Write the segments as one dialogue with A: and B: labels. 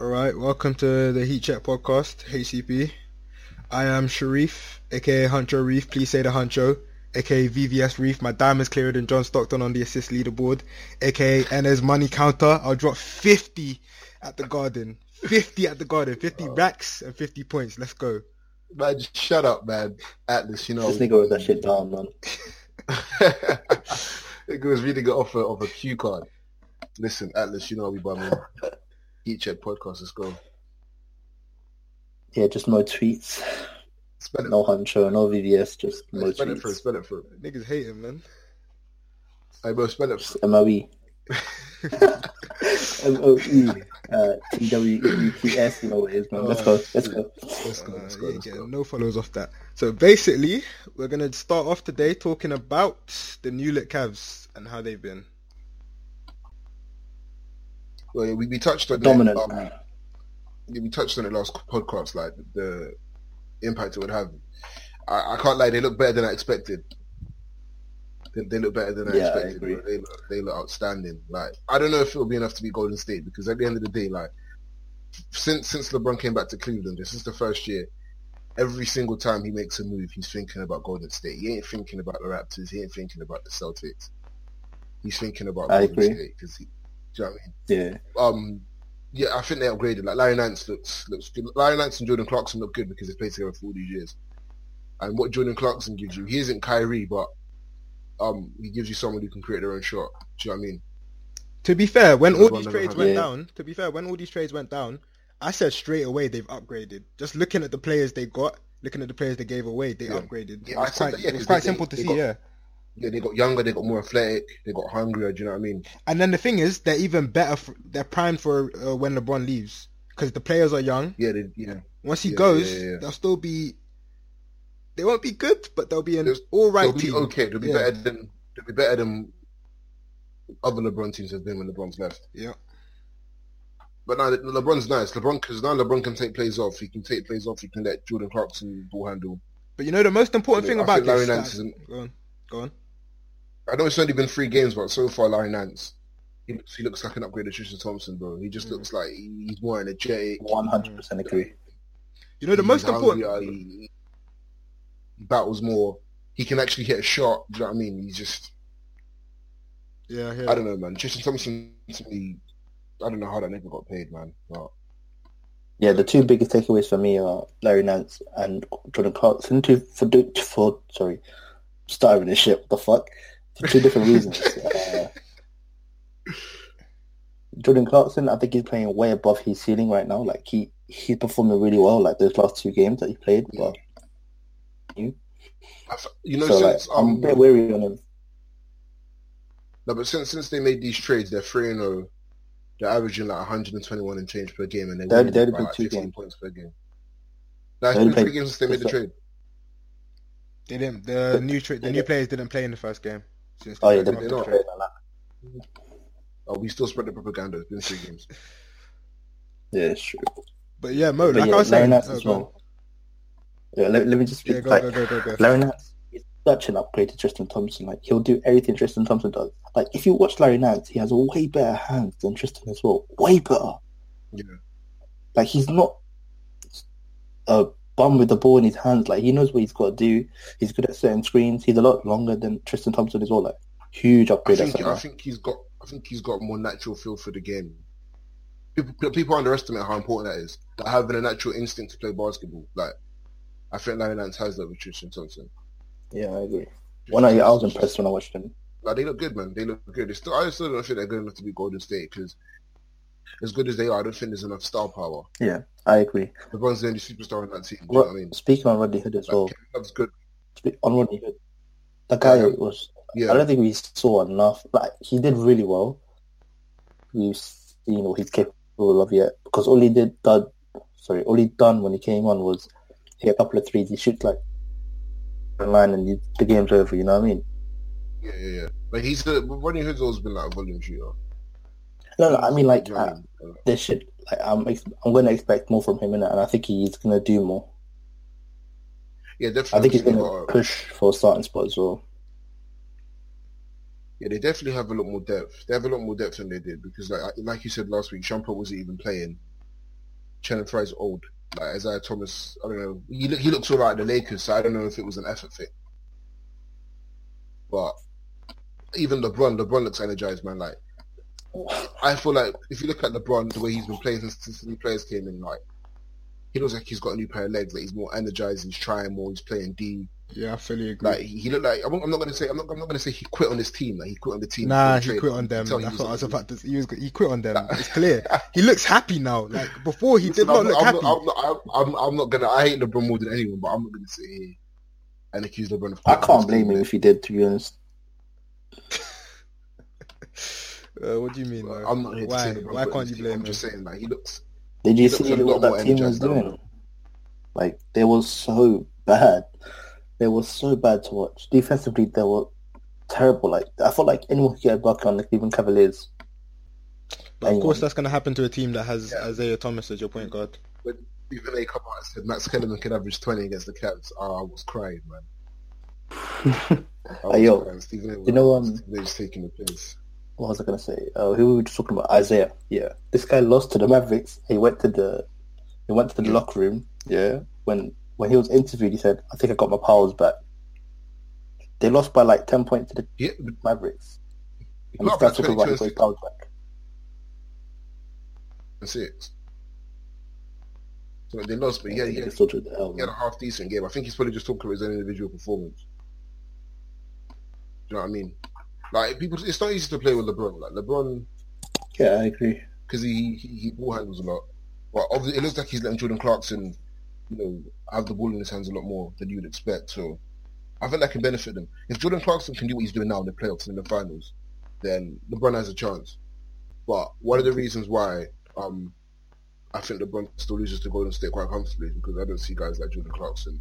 A: Alright, welcome to the Heat Check Podcast, HCP. I am Sharif, aka Huncho Reef, please say the Huncho, aka VVS Reef. My diamond's clearer than John Stockton on the assist leaderboard, aka NS Money Counter. I'll drop 50 at the Garden. 50 at the Garden, 50 racks and 50 points. Let's go.
B: Man, just shut up, man. Atlas, you know.
C: This nigga was that shit down, man.
B: it was reading it off a, of a cue card. Listen, Atlas, you know we by man. Heat check podcast, let's go.
C: Yeah, just no tweets.
B: Spell it,
C: No Huncho, no VVS, just no
B: spell it for him,
C: tweets.
B: spell it for him.
A: Niggas hating, man.
B: Hey, bro, spell it for
C: Just E. MOE. M-O-E. Uh, T-W-E-T-S, you know what it is, man. Let's go, let's go.
B: Let's go,
A: Uh,
B: let's
A: yeah,
B: go, let's
A: yeah,
B: go.
A: no follows off that. So basically, we're gonna start off today talking about the Newlet Cavs and how they've been.
B: Well, yeah, we, we touched on
C: Dominant.
B: It, um, yeah, we touched on it last podcast, like the impact it would have. I, I can't lie, they look better than I expected. They, they look better than I
C: Yeah, I
B: expected.
C: agree.
B: They look, they look outstanding. Like I don't know if it'll be enough to be Golden State because at the end of the day, like since since LeBron came back to Cleveland, this is the first year. Every single time he makes a move, he's thinking about Golden State. He ain't thinking about the Raptors. He ain't thinking about the Celtics. He's thinking about
C: I
B: Golden
C: agree.
B: State because he, do you know what I mean?
C: Yeah,
B: um yeah, I think they upgraded. Like Larry Nance looks looks good. Larry Nance and Jordan Clarkson look good because they've played together for all these years. And what Jordan Clarkson gives you, he isn't Kyrie, but um he gives you someone who can create their own shot. Do you know what I mean?
A: To be fair, when
B: Yeah,
A: all
B: LeBron
A: these
B: never
A: trades
B: had-
A: went
C: Yeah.
A: down, to be fair, when all these trades went down, I said straight away they've upgraded. Just looking at the players they got, looking at the players they gave away, they
B: Yeah.
A: upgraded.
B: Yeah,
A: it
B: I
A: was
B: said
A: quite,
B: that, yeah,
A: it was
B: 'cause
A: quite
B: they-
A: simple to
B: they
A: see,
B: got-
A: yeah.
B: Yeah, they got younger, they got more athletic, they got hungrier. Do you know what I mean?
A: And then the thing is, they're even better. For, they're primed for uh, when LeBron leaves because the players are young.
B: Yeah, they, yeah.
A: Once he
B: Yeah,
A: goes,
B: yeah, yeah.
A: they'll still be. They won't be good, but they'll be an
B: They'll-
A: all
B: They'll
A: right
B: be
A: team.
B: okay. They'll be
A: Yeah.
B: better than they'll be better than other LeBron teams have been when LeBron's left.
A: Yeah.
B: But now LeBron's nice. LeBron because now LeBron can take plays off. He can take plays off. He can let Jordan Clarkson ball handle.
A: But you know the most important
B: I
A: thing
B: think
A: about
B: Larry
A: this. like-
B: Nance isn't-
A: Go on, go on.
B: I know it's only been three games, but so far Larry Nance, he looks, he looks like an upgraded Tristan Thompson, bro. He
A: Mm.
B: just looks like he- he's more energetic.
C: 100% agree.
A: You know the
B: he's
A: most important.
B: hungrier, He, he battles more. He can actually hit a shot. Do you know what I mean? He's just,
A: Yeah, yeah.
B: I don't know, man. Tristan Thompson to me, I don't know how that nigga got paid, man. But
C: Yeah, the two biggest takeaways for me are Larry Nance and Jordan Clarkson. Two for do- for sorry, starting this shit. What the fuck? For two different reasons. Uh, Jordan Clarkson, I think he's playing way above his ceiling right now. Like he he's performing really well. Like those last two games that he played. But
B: I f- you know,
C: so like,
B: since
C: I'm a
B: um,
C: bit wary on him.
B: no, but since since they made these trades, they're three and zero. They're averaging like 121 and change per game, and they're
C: They only-
B: winning
C: they only
B: by,
C: played
B: like,
C: two
B: 15
C: games.
B: points per game. That's
C: They only
B: been three
C: played-
B: games since they made the
C: what's that?
B: trade.
A: They didn't. The new tra- the
C: Yeah.
A: new players didn't play in the first game. Since
C: Oh yeah,
A: the
C: they're
A: first
B: not.
A: trade.
C: like that.
B: Oh, we still spread the propaganda. It's been three games.
C: Yeah, it's true.
A: But yeah, Mo,
C: But
A: like
C: yeah,
A: I was
C: Larry
A: saying,
C: Nance
A: oh,
C: as
A: go on.
C: well. Yeah, let, let me just
A: Yeah,
C: speak.
A: go,
C: like,
A: go, go, go, go.
C: Larry Nance is such an upgrade to Tristan Thompson. Like he'll do everything Tristan Thompson does. Like if you watch Larry Nance, he has way better hands than Tristan as well. Way better.
B: Yeah.
C: Like he's not a bum with the ball in his hands. Like he knows what he's got to do. He's good at certain screens. He's a lot longer than Tristan Thompson as well. Like huge
B: I
C: upgrade. at
B: think
C: center.
B: I think he's got I think he's got more natural feel for the game. People people underestimate how important that is. Like having a natural instinct to play basketball. Like I think Larry Nance has that with Tristan Thompson.
C: yeah, I agree. When I, I was impressed when I watched him.
B: Like they look good, man. They look good. It's still, I still don't think they're good enough to be Golden State because as good as they are, I don't think there's enough star power.
C: I agree.
B: LeBron's the only superstar in that team. Do you know
C: Ro-
B: what I mean?
C: Speaking on Rodney Hood as well.
B: Like, Kevin Love's good.
C: Spe- on Rodney Hood, the guy
B: Yeah.
C: was
B: Yeah.
C: I don't think we saw enough. Like he did really well. We've seen what he's capable of yet because all he did done, sorry, all he done when he came on was hit a couple of threes. He shoots like the line and you, the game's over. You know what I mean?
B: Yeah, yeah, yeah. But he's a, Ronnie Hood's always been like a volume shooter.
C: No, no I mean like
B: Do you know what
C: uh,
B: I mean? Uh,
C: this shit. Like I'm, ex- I'm going to expect more from him, innit? and I think he's going to do more.
B: yeah, definitely.
C: I think he's going to
B: got a-
C: push for a starting spot as well.
B: Yeah, they definitely have a lot more depth. They have a lot more depth than they did because, like, like you said last week, Shumpert wasn't even playing. Channing Fry's old. Like Isaiah Thomas, I don't know. He look, he looks all right at the Lakers, so I don't know if it was an effort thing. But even LeBron, LeBron looks energized, man. Like I feel like if you look at LeBron, the way he's been playing since, since the new players came in, like he looks like he's got a new pair of legs. Like he's more energized. He's trying more. He's playing D.
A: Yeah, I fully agree.
B: Like he looked like I'm, not- I'm not gonna say I'm not, I'm not gonna say he quit on his team. Like he quit on the team.
A: Nah,
B: for the
A: he
B: trade.
A: quit on them.
B: You can tell he
A: That's
B: was
A: what I was
B: upset.
A: about to. He was. He quit on them. It's clear. He looks happy now. Like before, he did not
B: I'm
A: look
B: I'm
A: happy.
B: not, I'm, not, I'm, I'm, I'm not gonna. I hate LeBron more than anyone, but I'm not gonna sit here and accuse LeBron of. quitting
C: I
B: on his
C: can't blame
B: team.
C: him if he did, to be honest.
A: Uh, what do you mean? though?
B: I'm not here
A: Why?
B: to say LeBron
A: Why
B: quit on
A: can't
B: his
A: you
B: team.
A: blame
B: I'm
A: him?
B: just saying, like he looks.
C: Did you
B: He looks
C: see
B: a lot
C: what that
B: more
C: team was
B: energized now.
C: doing? Like they were so bad. They were so bad to watch. Defensively, they were terrible. Like I felt like anyone could get a bucket on the Cleveland Cavaliers.
A: But of course,
C: Anyone.
A: that's gonna happen to a team that has
B: Yeah.
A: Isaiah Thomas as your point guard.
B: Even they come out and said Max Kellerman could average 20 against the Cavs. Oh, I was crying, man. I was
C: Ayo,
B: crying. Stephen A.
C: you know,
B: was-
C: um,
B: they're just taking the piss.
C: what was I gonna say? Uh, who were we just talking about? Isaiah. Yeah, this guy lost to the Mavericks. He went to the he went to the locker room. Yeah, when when he was interviewed, he said, "I think I got my powers back." They lost by like ten points to the
B: Yeah, but
C: Mavericks,
B: he
C: and
B: put
C: this
B: up like
C: guy talking about he
B: 22
C: got his
B: and
C: powers back.
B: six. So they lost, but yeah,
C: They
B: yeah,
C: still took the L,
B: he had
C: man.
B: a half decent game. I think he's probably just talking about his own individual performance. Do you know what I mean? Like people, it's not easy to play with LeBron. Like LeBron,
C: yeah, I agree.
B: because he, he he ball handles a lot. But obviously, it looks like he's letting Jordan Clarkson, you know, have the ball in his hands a lot more than you'd expect. So I think that can benefit them. If Jordan Clarkson can do what he's doing now in the playoffs and in the finals, then LeBron has a chance. But one of the reasons why um, I think LeBron still loses to Golden State quite comfortably is because I don't see guys like Jordan Clarkson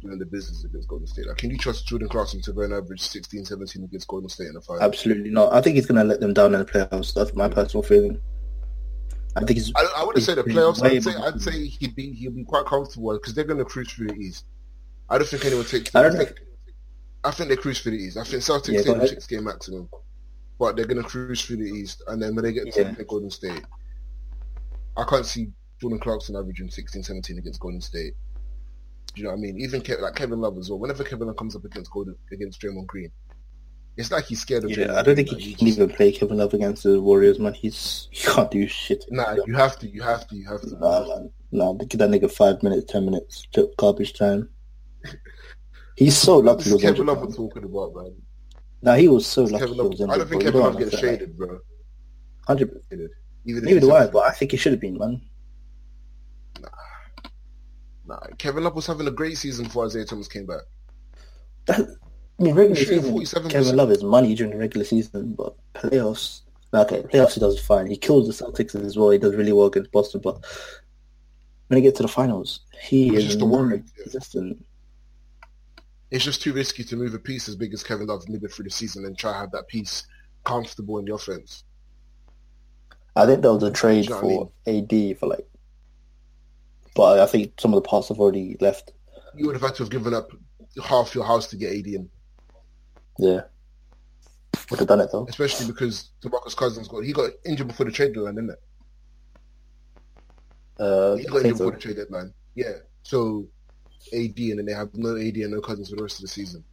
B: doing the business against Golden State. Like, can you trust Jordan Clarkson to go and average 16, 17 against Golden State in the finals?
C: Absolutely not. I think he's gonna let them down in the playoffs. That's my personal feeling. I think he's.
B: I, I wouldn't say the playoffs.
C: Way
B: I'd say
C: more-
B: I'd say he'd be he'd be quite comfortable because they're going to cruise through the East. I don't think anyone takes.
C: I don't know.
B: think, I think they cruise through the East. I think Celtics
C: Yeah,
B: yeah,
C: go
B: take
C: ahead.
B: six game maximum, but they're going to cruise through the East, and then when they get
C: Yeah.
B: to Golden State, I can't see Jordan Clarkson averaging 16, 17 against Golden State. Do you know what I mean? Even Kev, like Kevin Love as well. Whenever Kevin Love comes up against Golden against Draymond Green, it's like he's scared of.
C: Yeah,
B: Draymond
C: I don't
B: Green,
C: think
B: like,
C: he
B: he's
C: can
B: just-
C: even play Kevin Love against the Warriors, man. He's he can't do shit.
B: Nah, you have to. You have to. You have to.
C: Nah, man. Nah, give that nigga five minutes, ten minutes, took garbage time. He's so lucky
B: This
C: he
B: is
C: was
B: Kevin
C: injured.
B: Love we're
C: man.
B: talking about, man.
C: Nah, he was so lucky
B: Kevin
C: he
B: Love.
C: was injured.
B: I don't think
C: bro.
B: Kevin
C: You
B: Love
C: know
B: gets
C: what I'm saying?
B: shaded, bro.
C: 100
B: Even
C: Neither
B: if
C: do I,
B: he's-
C: but I think he should have been, man.
B: Nah, Kevin Love was having a great season before Isaiah Thomas came back.
C: That, I mean, regular
B: Shooting
C: season,
B: 47%.
C: Kevin Love is money during the regular season, but playoffs, nah, okay, playoffs he does fine. He kills the Celtics as well. He does really well against Boston, but when he gets to the finals, he
B: It's
C: is
B: just the worry,
C: non
B: yeah.
C: existent.
B: It's just too risky to move a piece as big as Kevin Love midway through the season and try to have that piece comfortable in the offense.
C: I think there was a trade
B: Do you know
C: for AD for like, but I think some of the parts have already left.
B: You would have had to have given up half your house to get AD in,
C: Yeah. Would have done it though.
B: especially because DeMarcus Cousins got he got injured before the trade deadline, didn't
C: Uh,
B: it? He
C: I
B: got
C: think
B: injured
C: so.
B: before the trade deadline. Yeah, so AD and then they have no AD and no Cousins for the rest of the season.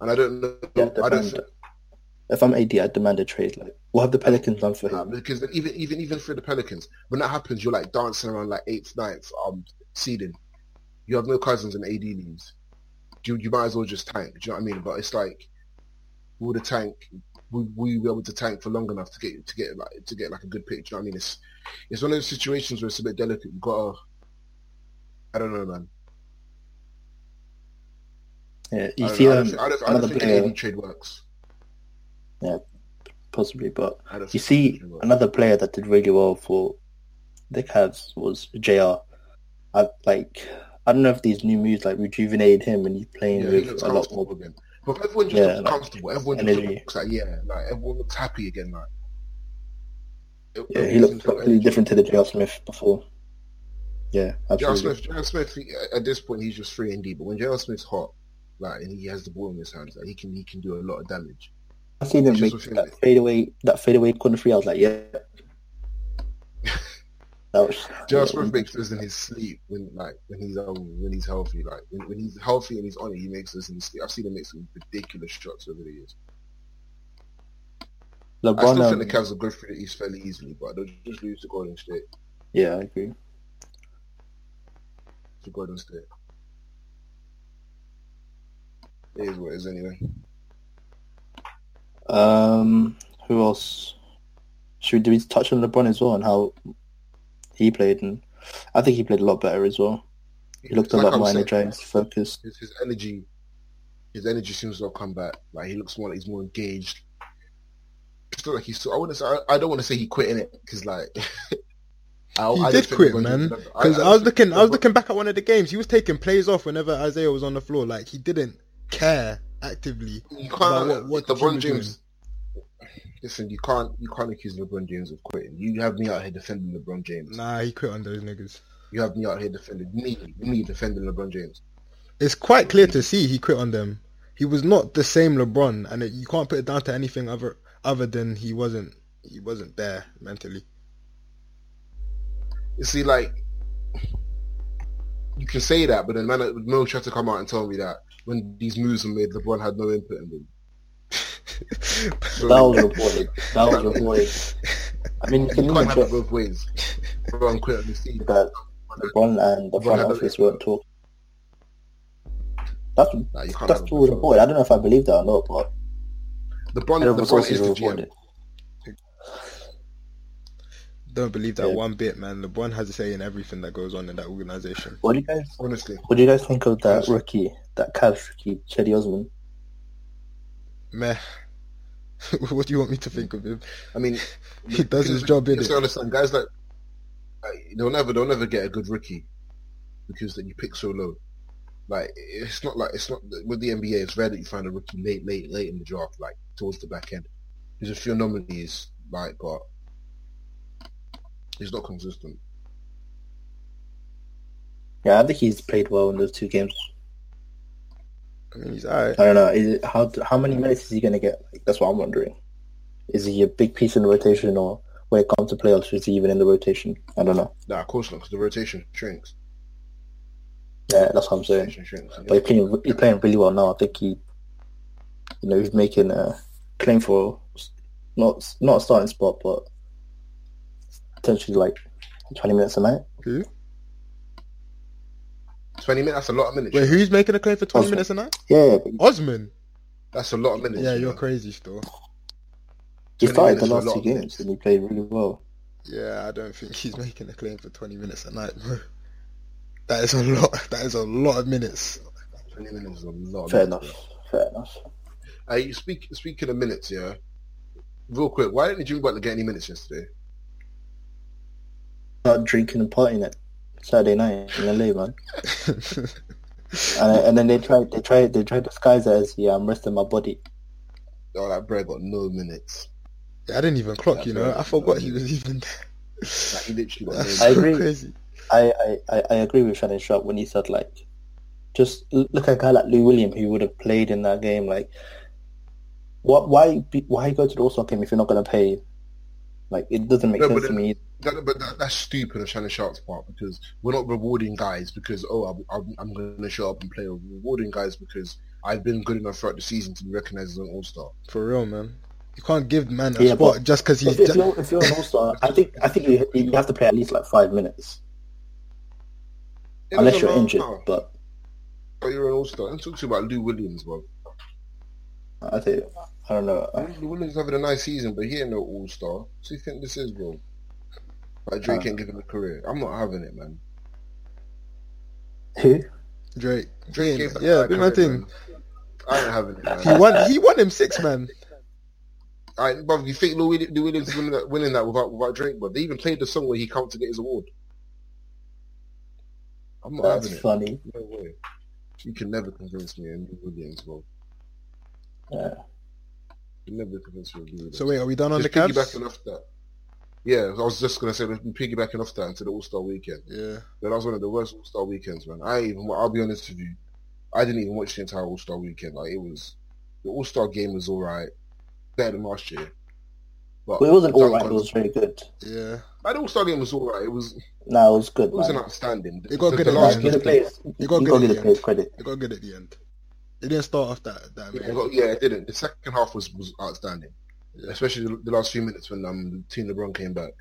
B: And I don't know.
C: Yeah,
B: I don't.
C: demand-
B: think-
C: If I'm AD, I demand a trade. Like, what have the Pelicans done for
B: Nah,
C: him?
B: because then even even even for the Pelicans, when that happens, you're like dancing around like eighth, ninth, um, seeding. You have no cousins and AD leaves. You you might as well just tank. Do you know what I mean? But it's like, will the tank? Will, will you be able to tank for long enough to get to get like to get like a good pick? Do you know what I mean? It's it's one of those situations where it's a bit delicate. You gotta. I don't know, man.
C: Yeah,
B: I
C: you
B: don't,
C: see,
B: know. I don't,
C: um,
B: think, I don't, I don't
C: another
B: think
C: player-
B: an AD trade works.
C: possibly, but
B: I don't
C: you
B: think an AD
C: see,
B: trade works.
C: another player that did really well for the Cavs was Jr. I like, I don't know if these new moves like rejuvenated him and he's playing
B: Yeah, he
C: with
B: looks
C: a lot
B: comfortable
C: more
B: again. But everyone just
C: Yeah,
B: looks
C: like,
B: comfortable. Everyone just
C: energy.
B: looks like yeah, like everyone looks happy again. Like It-
C: Yeah, he
B: it
C: looked
B: seems like
C: completely
B: energy.
C: different to the J.R. Smith before. Yeah,
B: J.R. Smith,
C: absolutely.
B: J.R. Smith, he- at this point he's just free and D. But when J.R. Smith's hot, like and he has the ball in his hands, like he can he can do a lot of damage.
C: I seen him
B: It's
C: make
B: just a feeling.
C: that fadeaway, that fadeaway corner three. I was like, yeah, That was
B: Josh Smith makes those in his sleep when like when he's um, when he's healthy. Like when, when he's healthy and he's on it, he makes those in his sleep. I've seen him make some ridiculous shots over the years. I
C: LeBron.
B: still think
C: um,
B: the Cavs will go through the East fairly easily, but they'll just lose to Golden State.
C: yeah, I agree.
B: To Golden State. It is what it is anyway.
C: Um, who else? Should we, do we touch on LeBron as well and how he played? And I think he played a lot better as well. He looked a
B: Like
C: lot
B: I was
C: more
B: saying,
C: energized, focused.
B: his, his energy his energy seems to have come back. Like he looks more like he's more engaged. It's not like he's. So, I want to say I, I don't want to say he quit in it because like I,
A: He
B: I
A: did
B: don't think
A: quit,
B: LeBron-
A: man.
B: I-
A: Because I,
B: don't
A: was
B: think
A: looking, I was
B: LeBron-
A: looking back at one of the games. He was taking plays off whenever Isaiah was on the floor. Like he didn't care actively.
B: You
A: about
B: can't.
A: what- what the team
B: LeBron
A: was
B: James. Listen, you can't. You can't accuse LeBron James of quitting. You have me out here defending LeBron James.
A: Nah, he quit on those niggas.
B: You have me out here defending me. Me defending LeBron James.
A: It's quite clear to see he quit on them. He was not the same LeBron, and it, you can't put it down to anything other other than he wasn't he wasn't there mentally.
B: You see, like, you can say that, but then man, Mo tried to come out and tell me that when these moves were made, LeBron had no input in them. So,
C: That was reported. That was reported. I mean, you can
B: you can't
C: even
B: have it
C: check
B: both ways. LeBron quit on the team.
C: that LeBron and the front
B: had a-
C: office weren't talking. That's
B: Nah, you can't have
C: that's
B: it
C: all
B: both ways.
C: reported. I don't know if I believe that or not, but
B: LeBron,
C: the
B: LeBron is
C: resources
B: the
C: reported.
B: GM.
A: Don't believe that
C: Yeah.
A: one bit, man. LeBron has a say in everything that goes on in that organization.
C: What do you guys
B: Honestly,
C: What do you guys think of that rookie, that Cavs rookie, Chetty Osman?
A: Meh. what do you want me to think of him?
B: I mean,
A: He does his
B: because
A: job,
B: You
A: innit?
B: have to understand, guys like like, they'll never, they'll never get a good rookie because that you pick so low. Like it's not like it's not with the NBA. It's rare that you find a rookie late, late, late in the draft, like towards the back end. There's a few anomalies, like, but it's not consistent.
C: Yeah, I think he's played well in those two games.
A: I mean, he's alright.
C: I don't know. Is it, how how many minutes is he gonna get? Like, that's what I'm wondering. Is he a big piece in the rotation, or when it comes to playoffs, is he even in the rotation? I don't know.
B: Nah, of course not, because the rotation shrinks.
C: Yeah, that's what I'm saying.
B: Rotation shrinks.
C: But he's playing he's playing really well now. I think he, you know, he's making a claim for s- not not a starting spot, but potentially like 20 minutes a night.
A: Who?
B: Twenty minutes—that's a lot of minutes.
A: Wait, who's making a claim for 20
C: Osman.
A: minutes a night?
C: Yeah, but
A: Osman?
B: That's a lot of minutes.
A: Yeah,
B: you
A: you're
B: know.
A: crazy still.
C: he
B: 20
C: started
B: minutes for
C: the
B: a
C: last
B: lot
C: two
B: of
C: games
B: minutes.
C: and he played really well.
A: Yeah, I don't think he's making a claim for 20 minutes a night, bro. That is a lot. That is a lot of minutes.
B: Twenty minutes is a lot. Of
C: Fair
B: minutes,
C: enough. Fair enough.
B: Uh, you speak, speaking of minutes, yeah. Real quick, why didn't Jimmy Butler get any minutes yesterday?
C: Start drinking and partying at Saturday night in LA, man. And, and then they tried, they tried, they tried to disguise it as yeah, I'm resting my body.
B: Oh, that Bray got no minutes.
A: Yeah, I didn't even clock,
B: That's
A: you know.
B: right.
A: I forgot he was even there.
B: Like, he literally got no
A: That's
B: minutes.
C: I
A: so
C: agree.
A: crazy.
C: I, I, I, I agree with Shannon Sharp when he said like, just l- look at a guy like Lou William who would have played in that game. Like, what? Why? Be, why go to the All Star game if you're not going to pay? Like, it doesn't make
B: No, but
C: sense to
B: then-
C: me.
B: That, but that, that's stupid on Shannon Sharp's part because we're not rewarding guys because oh I'm, I'm, I'm going to show up and play. We're rewarding guys because I've been good enough throughout the season to be recognized as an All Star.
A: For real, man. You can't give man a
C: Yeah,
A: spot
C: but-
A: just because he's.
C: If, if
A: ju-
C: you're if you're an All Star, I think I think you, you have to play at least like five minutes unless you're injured. But
B: but you're an All Star. I'm talking about Lou Williams, bro.
C: I think I don't know. I-
B: Lou Williams having a nice season, but he ain't no All Star. So you think this is, bro? Like Drake
C: Uh.
B: ain't giving him a career. I'm not having it, man.
C: Who?
A: Drake.
B: Drake gave
A: Yeah,
B: that
A: yeah
B: guy
A: big man
B: career,
A: thing.
B: man. I ain't having it, man.
A: He won. He won him six, man.
B: All right, bruv, you think Lou Willi- Lou Williams is winning that, winning that without without Drake, but they even played the song where he come to get his award. I'm not
C: That's
B: having
C: funny.
B: it. No way. You can never convince me and Lou Williams, bro.
C: Yeah.
B: You can never convince me of Lou Williams.
A: So wait, are we done on
B: just
A: the Cavs?
B: piggybacking off that. Yeah, I was just gonna say that piggybacking off that into the All Star weekend.
A: Yeah.
B: That was one of the worst All Star weekends, man. I even I'll be honest with you, I didn't even watch the entire All Star weekend. Like it was, the All Star game was all right, better than last year, But
C: Well, it wasn't all
B: Dunk
C: right. It
B: on-
C: was very good.
A: Yeah.
B: But the All Star game was all right. It was it
C: No, it was good.
B: was
C: man.
B: an outstanding.
A: It got
B: The-
A: good
B: the
A: at
C: Like,
B: last-
A: last
C: give the
A: minute.
C: players,
A: You
C: you
A: gotta give
C: got to
A: it
C: give
A: the
C: the players
A: end.
C: credit.
A: It got good at the end. It didn't start off that that
B: Yeah, it
A: amazing.
B: got- yeah, it didn't. The second half was, was outstanding, especially the, the last few minutes when um Team LeBron came back.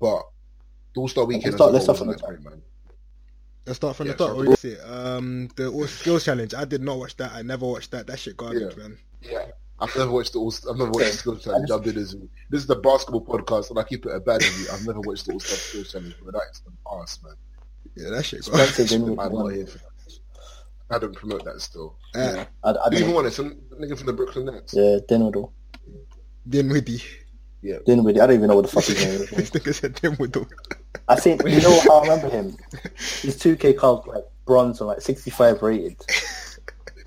B: But the All Star weekend, as
C: start-
B: a
C: let's
B: whole
C: start from
B: was
C: the
B: great, man.
A: Let's start from
B: Yeah,
A: the top.
B: sure.
A: What do you see? Um, the all- skills challenge. I did not watch that. I never watched that. That shit garbage, man.
B: Yeah. I've never watched the All I've never watched the Skills Challenge.
C: just-
B: I've been as- This is the basketball podcast, and I keep it a bad review. I've never watched the All Star Skills Challenge, but that is an ass, man.
A: Yeah, that shit garbage.
C: Spencer didn't
B: I'm not
C: win.
B: here for that. I don't promote that still.
A: Uh,
C: I, I
B: Who even
C: don't.
B: won it? Some nigga from the Brooklyn Nets.
C: Yeah, Dinwiddie.
A: Dinwiddie.
C: Dinwiddie. I don't even know what the fuck his name
A: this
C: is.
A: nigga said Dinwiddie.
C: I think you know how I remember him. His two K cards like bronze and like sixty five rated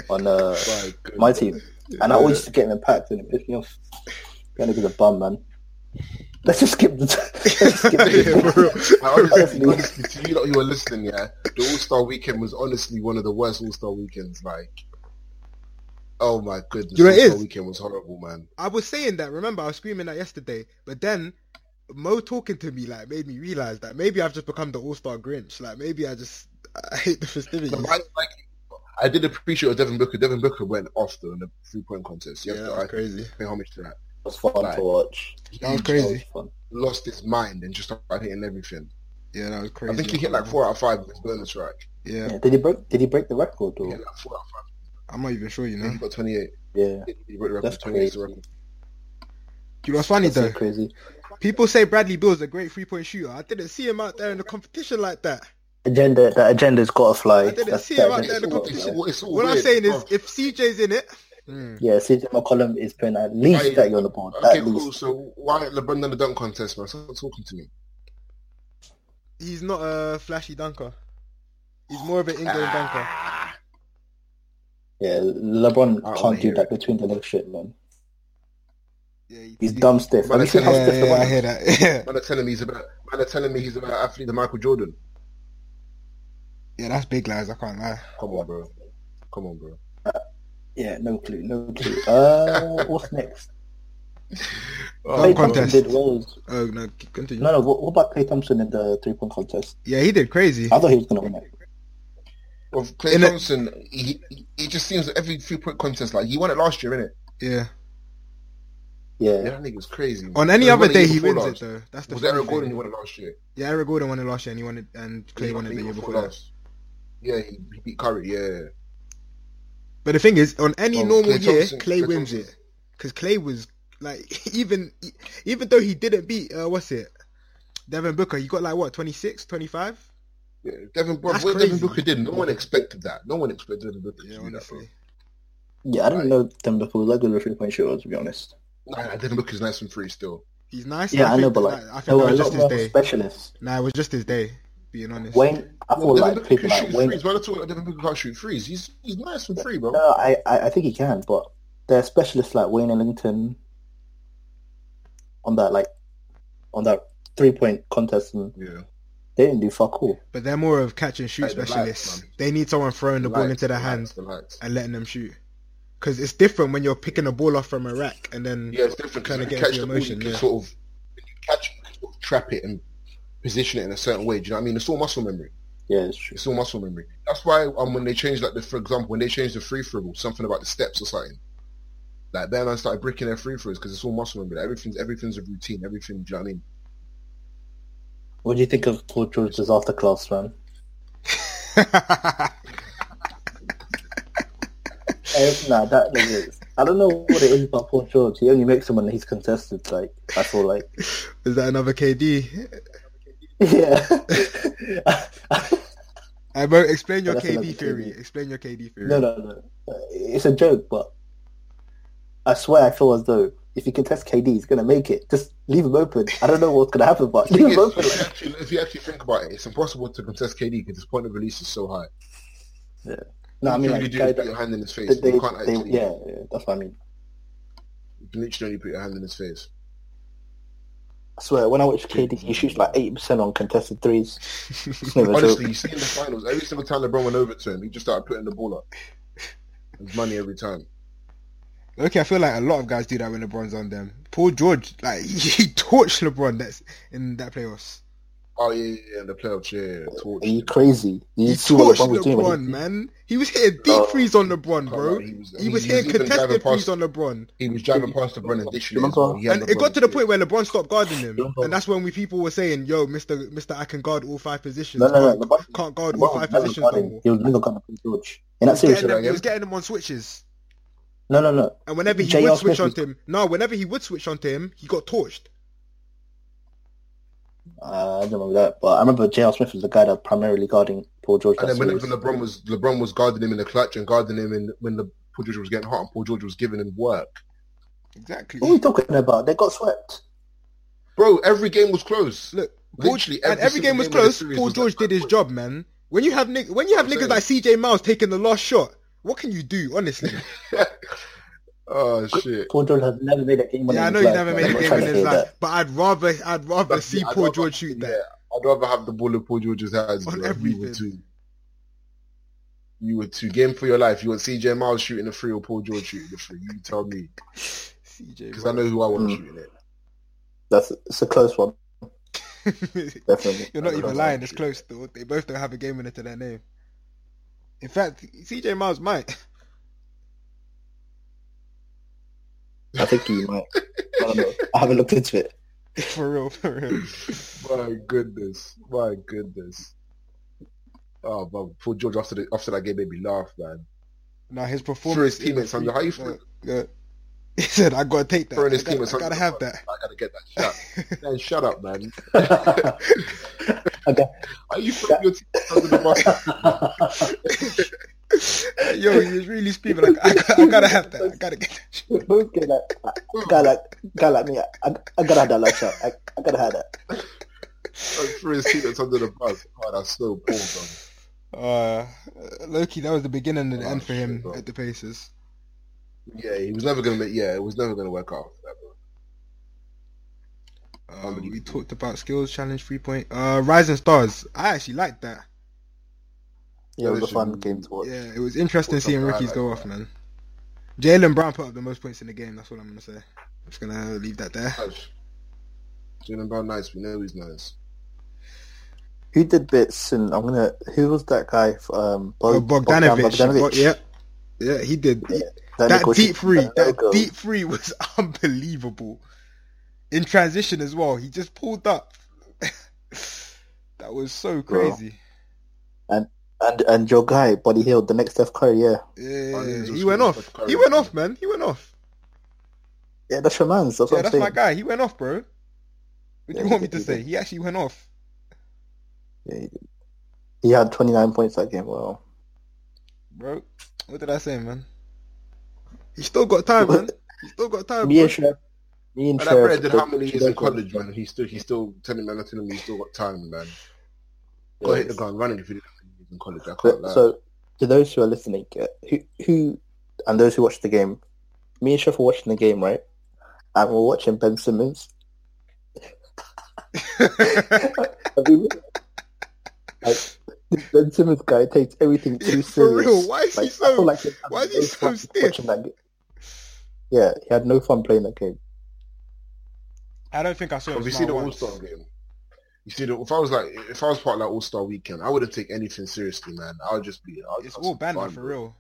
C: on uh,
B: My goodness.
C: my team, and I always used to get him in packs and it pissed me off. That nigga's a bum, man. Let's just skip the. let's just skip the-
A: yeah, for real.
B: I honestly, honestly, to you lot who are listening, yeah, the All Star Weekend was honestly one of the worst All Star Weekends. Like, oh my goodness,
A: You know it
B: All Star
A: is?
B: Weekend was horrible, man.
A: I was saying that. Remember, I was screaming that yesterday. But then Mo talking to me like made me realize that maybe I've just become the All Star Grinch. Like maybe I just I hate the festivities.
B: But I, like, I did appreciate what Devin Booker. Devin Booker went off though in the three point contest.
A: yeah,
B: You have
A: that
B: to
A: was
B: I
A: crazy.
B: pay homage to that.
C: It was fun
B: Right.
C: to watch.
A: That was
B: He
C: It
A: crazy.
C: was fun.
B: lost his mind and just started hitting everything.
A: Yeah, that was crazy.
B: I think he hit like four out of five with his bonus track.
A: Yeah,
C: Yeah. Did he break? Did he break the record?
B: He
C: Or?
B: hit like four out of five.
A: I'm not even sure. You know,
B: He got 28.
C: Yeah.
B: He broke the record.
C: That's
B: 28 is the
C: crazy.
B: record.
A: you know what's funny
C: That's so
A: though?
C: crazy.
A: People say Bradley Bill's a great three point shooter. I didn't see him out there in the competition like that.
C: Agenda. That agenda's got to fly.
A: I didn't
C: That's-
A: see
C: that
A: him out
C: agenda's
A: there in the
C: gotta
A: competition.
B: It's
C: fly.
B: all, it's all
A: What I'm
B: weird,
A: saying
B: bruv.
A: is, if CJ's in it, hmm,
C: Yeah, CJ McCollum is playing at least
B: Right.
C: that you're on the board.
B: Okay,
C: at
B: cool.
C: least.
B: So why LeBron done the dunk contest, man? Stop talking to me.
A: he's not a flashy dunker. He's more of an in-game dunker.
B: Ah,
C: Yeah, LeBron
B: wanna
C: can't do
B: hear
C: that between the legs shit, man.
A: Yeah, he-
C: He's dumb stiff.
B: But
C: Have you
B: I
C: seen
B: think-
C: how stiff
A: yeah,
C: the
A: yeah, I
C: man
A: hear
C: is?
A: that. Yeah,
B: Man are telling me he's about. Man are telling me he's about athlete than Michael Jordan.
A: yeah, that's big lies. I can't lie.
B: Come on, bro. Come on, bro.
C: Yeah, no clue, no clue. Uh, what's next?
A: Dunk
C: Klay Thompson
A: contest.
C: did well.
A: Oh no, c- continue.
C: No, no. What, what about Clay Thompson in the three-point contest?
A: Yeah, he did crazy.
C: I thought he was gonna win it.
B: Well, Clay
A: In a-
B: Thompson, he, he he just seems that every three point contest like he won it last year, innit?
A: Yeah.
C: Yeah,
B: Yeah, that nigga's crazy. man.
A: On any
B: He won
A: other
B: it
A: day,
B: even
A: he wins it
B: before last.
A: though. That's the
B: Was
A: funny
B: Eric Gordon who
A: thing.
B: won it last year?
A: Yeah, Eric Gordon won it last year, and he won it, and Clay won it the year before that.
B: Yeah, he, he beat Curry. Yeah,
A: But the thing is, on any
B: Well,
A: normal
B: Klay
A: year,
B: Oh, Thompson-
A: Clay
B: Klay
A: wins
B: Thompson.
A: it because Clay was like even even though he didn't beat uh, what's it Devin Booker, he got like what 26, 25?
B: yeah. Devin, bro,
A: That's
B: what Devin
A: crazy.
B: Booker did, no one expected that. No one expected Devin Booker to
A: Yeah,
B: do that, bro.
A: honestly.
C: yeah. I didn't know them before. That good a three-point shooter, to be honest.
B: Nah, nah, Devin Booker's nice and free still.
A: He's nice.
C: Yeah, I know,
A: think
C: but
A: that-
C: like,
A: I
C: there
A: think it
C: were a
A: was
C: lot
A: just his
C: more
A: day.
C: specialists.
A: Nah, it was just his day. Being honest.
C: Wayne, I
B: Well,
C: thought
B: Devin
C: like
B: Booker can
C: people like
B: shoot
C: Wayne
B: threes. Why not talk about Devin Booker can't shoot threes? He's he's nice and free, bro.
C: No, I, I, I think he can, but there are specialists like Wayne Ellington on that like on that three point contest, and
B: Yeah.
C: they didn't do fuck all.
A: But they're more of catch and shoot
B: Like the lights,
A: specialists.
B: man.
A: they need someone throwing the, ball
B: lights,
A: into their
B: lights,
A: hands
B: The lights.
A: and letting them shoot. Because it's different when you're picking a ball off from a rack and then
B: Yeah, it's different.
A: Kinda
B: Kind of
A: get
B: catch
A: into
B: the ball,
A: emotion,
B: you can
A: yeah.
B: sort of when you catch, it, you can sort of trap it and position it in a certain way. Do you know what I mean? It's all muscle memory.
C: Yeah, it's true.
B: It's all muscle memory. That's why um, when they changed like the for example when they changed the free throw rule, something about the steps or something. Like their man started breaking their free throws because it's all muscle memory. Like, everything's everything's a routine. Everything. Do you know what I mean?
C: What do you think of Paul George's disaster class, man? Eh, nah, that nigga is. I don't know what it is about Paul George. He only makes them when he's contested. Like I feel like,
A: Is that another KD?
C: yeah.
A: I bro, explain your
C: That's another
A: KD theory.
C: KD.
A: Explain your KD theory.
C: no, no, no. Uh, It's a joke, but I swear I feel as though if you contest KD, he's gonna make it. Just leave him open. I don't know what's gonna happen, but leave him open.
B: If
C: Like,
B: you, actually, if you actually think about it, it's impossible to contest KD because his point of release is so high.
C: no, I mean
B: you can
C: like.
B: really do
C: guy
B: is put
C: that-
B: your hand in his face.
C: They,
B: you can't
C: they-
B: actually.
C: yeah, yeah, that's what I mean.
B: You can literally only put your hand in his face.
C: I swear, when I watch KD, he shoots like eight percent on contested threes. It's never a
B: Honestly,
C: joke.
B: you see in the finals, every single time LeBron went over to him, he just started putting the ball up. It was money every time.
A: Okay, I feel like a lot of guys do that when LeBron's on them. Paul George, like he torched LeBron that's in that playoffs.
B: Oh yeah, yeah, yeah, in the playoffs, yeah, yeah. Torch.
C: Are you crazy? Did you
A: He
C: see what
A: torched
C: LeBron was doing? when
A: LeBron,
C: he-
A: man. He was hitting deep
C: Oh.
A: freeze on LeBron, bro.
B: Oh, he was-
A: He was
B: he was
A: hitting
B: even driving
A: contested
B: past-
A: freeze on LeBron.
B: He was driving past the Brennan this year. as
C: Remember?
B: well. He had
A: and it
B: LeBron
A: got to the
B: this
A: point where LeBron stopped guarding him,
C: Remember?
A: and that's when we people were saying, "Yo, Mister, Mister, I can guard all five positions.
C: No, no, no.
A: can't,
C: LeBron,
A: can't guard all
C: LeBron
A: five
C: never
A: positions
C: got
A: no
C: him.
A: more."
C: He was never going to play George. In
A: He
C: that
A: was
C: series,
A: getting them-
B: again?
A: he was getting him on switches,
C: no, no, no.
A: and whenever he
C: J.R.
A: would
C: Smith
A: switch
C: was-
A: onto him, no, whenever he would switch onto him, he got torched.
C: Uh, I don't remember that, but I remember J.R. Smith was the guy that primarily guarding Paul George.
B: And
C: that
B: then when,
C: series.
B: when LeBron was LeBron was guarding him in the clutch and guarding him in when the Paul George was getting hot and Paul George was giving him work.
A: Exactly.
C: what are you talking about? They got swept.
B: Bro, every game was close.
A: Look, Paul-
B: Literally,
A: and every game
B: single
A: was
B: of the
A: close.
B: series
A: Paul
B: was
A: George
B: like
A: did his
B: that.
A: job, man. When you have nig- when you have
B: I'm
A: niggas
B: saying.
A: like CJ Miles taking the last shot, what can you do, honestly?
B: Oh shit!
C: Paul George has never made a game winner.
A: yeah, I
C: in
A: know
C: his
A: you
C: life,
A: never
C: but
A: made
C: I'm
A: a
C: not
A: game
C: trying
A: in
C: to
A: his
C: say
A: life,
C: that.
A: but I'd rather I'd rather see
B: I'd
A: Paul
B: rather-
A: George shoot
B: Yeah,
A: that.
B: I'd rather have the ball in Paul George's hands.
A: On
B: bro. You
A: everything.
B: were two. You were two. Game for your life. You want CJ Miles shooting a three or Paul George shooting a three? You tell me,
A: CJ,
B: because I know who I want
C: Mm.
B: shooting it.
C: That's it's a close one,
A: Miles.
C: definitely.
A: You're not
B: I
A: even
B: don't
A: lying.
B: like
A: It's
B: it.
A: close. Though. They both don't have a game winner to their name. In fact, CJ Miles might.
C: I think he might. I don't know. I haven't looked into it.
A: for real, for real.
B: My goodness, my goodness. Oh, but Paul George after the, after that game made me laugh, man.
A: Now his performance.
B: For his teammates, under how you feel?
A: Yeah. He said, "I gotta take that.
B: Throwing
A: I
B: his
A: gotta,
B: teammates
A: I
B: under
A: gotta
B: the
A: have
B: bus.
A: that."
B: I gotta get that shot. man, shut up, man.
C: okay.
B: Are you throwing your teammates under the bus?
A: Yo, he was really screaming. Like, I, gotta- I gotta have that. I gotta get that.
C: okay, like, a guy like guy like me, I, I gotta have that last shot. I, I gotta have that.
B: For his teammates under the bus. Oh, that's so poor, man.
A: Uh, Loki, that was the beginning and the
B: Oh,
A: end for
B: shit,
A: him
B: bro.
A: at the Pacers.
B: Yeah, he was never gonna make. Yeah, it was never gonna work out. for that, bro.
A: Uh, we talked about skills challenge three point. Uh, Rising Stars. I actually liked that.
C: Yeah, it was a fun
B: Listen,
C: game to watch.
A: Yeah, it was interesting
B: Or
A: seeing
B: something I
A: rookies
B: like
A: go
B: that.
A: off, man. Jalen Brown put up the most points in the game. That's what I'm gonna say. I'm just gonna leave that there.
B: Hush. Jalen Brown, nice. We know he's nice.
C: Who did bits? And I'm gonna. Who was that guy? Um,
A: Oh,
C: Bog-
A: Bogdanovich.
C: Bogdan
A: Bo- yeah, yeah, he did.
C: Yeah,
A: that
C: Nicolas-
A: deep three, that
C: Nicolas.
A: deep three was unbelievable. In transition as well, he just pulled up. that was so
C: Bro.
A: crazy.
C: And and your guy, Buddy Hill, the next Steph Curry. Yeah,
B: I
A: Yeah,
B: think
A: he
B: just
A: went
B: was
A: off.
B: Curry.
A: He went off, man. He went off.
C: yeah, that's your man's. That's
A: Yeah,
C: what
A: that's
C: I'm
A: my
C: saying.
A: guy. He went off, bro. What do
C: Yeah,
A: you
C: he
A: want me
C: did,
A: to
C: he
A: say?
C: did.
A: He actually went off.
C: Yeah, he, did. he had 29 points that game. Wow.
A: bro. What did I say, man? He still got time, man. He still got time.
C: Me
A: Bro.
C: and Sheriff. Me and
B: Oh, And that brother
C: Sheriff.
B: did how many years in college, man? He's still, he's still telling man, I'm telling me he's still got time, man. Go hit the ground running if you did that in college. I can't
C: But,
B: lie.
C: so, to those who are listening, uh, who, who, and those who watched the game, me and Chef were watching the game, right? And we're watching Ben Simmons. And we were- like, this ben Simmons guy takes everything too
A: Yeah,
C: serious.
A: for real, why is he
C: Like, I
A: so?
C: feel like he had
A: why is he
C: no
A: so
C: fun
A: stiff?
C: watching that game. Yeah, he had no fun playing that game.
A: I don't think I saw.
B: Have
A: him
B: you
A: smile
B: seen the All
A: once.
B: Star game? You see, the, if I was like, if I was part of that All Star weekend, I wouldn't take anything seriously, man. I would just be. I would
A: It's
B: have
A: all
B: some
A: banter
B: fun,
A: for
B: bro.
A: real.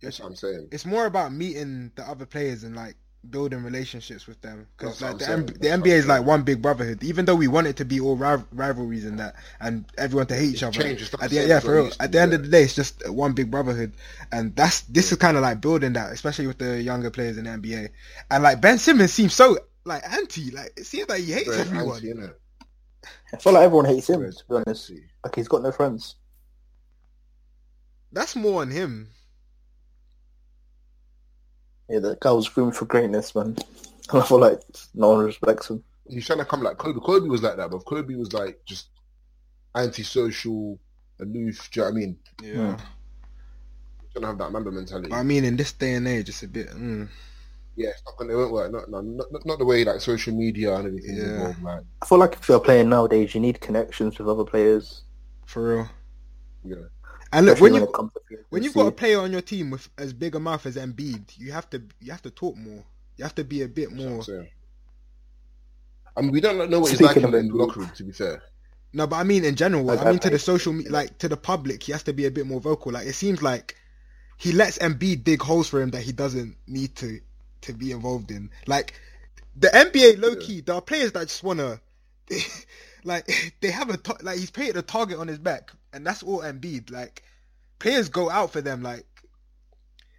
B: That's what I'm saying.
A: It's more about meeting the other players and like building relationships with them because
B: That's what
A: like
B: I'm
A: the,
B: saying.
A: M- the
B: That's what
A: NBA is
B: I'm
A: like
B: saying.
A: one big brotherhood. Even though we want it to be all riv- rivalries and that, and everyone to hate each other.
B: changed. It's not
A: At
B: the
A: the,
B: same
A: yeah,
B: as what
A: for
B: it
A: real.
B: used to
A: At
B: be,
A: the end
B: yeah.
A: of the day, it's just one big brotherhood, and that's this is kind of like building that, especially with the younger players in the NBA. And like Ben Simmons seems so like anti, like it seems like he hates
B: Very
A: everyone.
B: anti, innit?
C: I feel like everyone hates him,
B: Very
C: to be honest.
B: anti.
C: Like, he's got no friends.
A: That's more on him.
C: Yeah, that guy was screaming for greatness, man. And I feel like no one respects him.
B: he's trying to come like Kobe. Kobe was like that, but Kobe was like just antisocial, aloof. Do you know what I mean?
A: Yeah,
B: Trying to have that member mentality.
A: but I mean, in this day and age, it's a bit. Mm,
B: yeah, it's not gonna, it won't work. Not, no, not, not- not the way like social media and everything
A: Yeah.
B: involved. Like,
C: I feel like if you're playing nowadays, you need connections with other players.
A: for real.
B: you know,
A: And look,
C: especially
A: when you
C: it comes to free
A: when you've
C: agency.
A: got a player on your team with as big a mouth as Embiid, you have to you have to talk more. You have to be a bit more.
B: So, I mean, we don't know what he's like
C: Speaking
B: in
C: of
B: the in
C: Embiid.
B: the locker room. To be fair,
A: No, but I mean in general.
C: Like,
A: I mean to
C: I-
A: the social, me- like to the public, he has to be a bit more vocal. Like it seems like he lets Embiid dig holes for him that he doesn't need to to be involved in. Like the NBA low key, there are players that just wanna like they have a ta- like he's painted a target on his back, and that's all Embiid. Like players go out for them. Like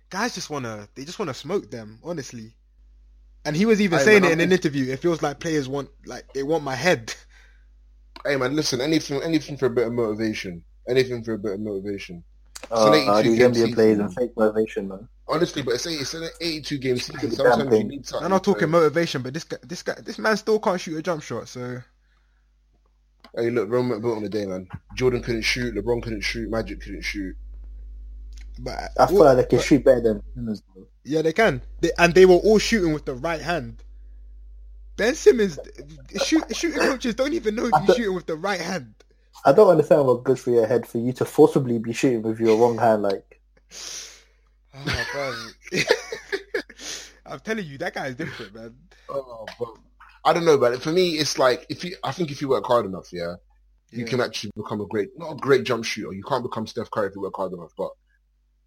A: guys just wanna they just wanna smoke them, honestly. And he was even
B: Aye,
A: saying
B: man,
A: it
B: I'm
A: in an
B: all-
A: interview. It feels like players want like they want my head.
B: hey man, listen, anything, anything for a bit of motivation, anything for a bit of motivation.
C: Uh,
B: it's an
C: uh,
B: 82
C: these
B: game
C: NBA players
B: season.
C: and fake motivation, man.
B: Honestly, but it's, a, it's an 82 game season.
C: Damn
B: Sometimes you
C: thing.
B: need something.
A: I'm not talking
B: so-
A: motivation, but this guy, this guy, this man still can't shoot a jump shot. So
B: Hey, look, Rome built on the day, man. Jordan couldn't shoot, LeBron couldn't shoot, Magic couldn't shoot.
A: but
C: I feel
A: well,
C: like they can shoot better than humans, though.
A: yeah, they can, they, and they were all shooting with the right hand. Ben Simmons, shoot, shooting coaches don't even know
C: I
A: you're
C: don't-
A: shooting with the right hand.
C: I don't understand what goes through your head for you to forcibly be shooting with your wrong hand. Like,
A: Oh, I'm telling you, that guy is different, man.
B: Oh, but I don't know, but for me, it's like if you, I think if you work hard enough, yeah, you
A: Yeah.
B: can actually become a great, not a great jump shooter. You can't become Steph Curry if you work hard enough, but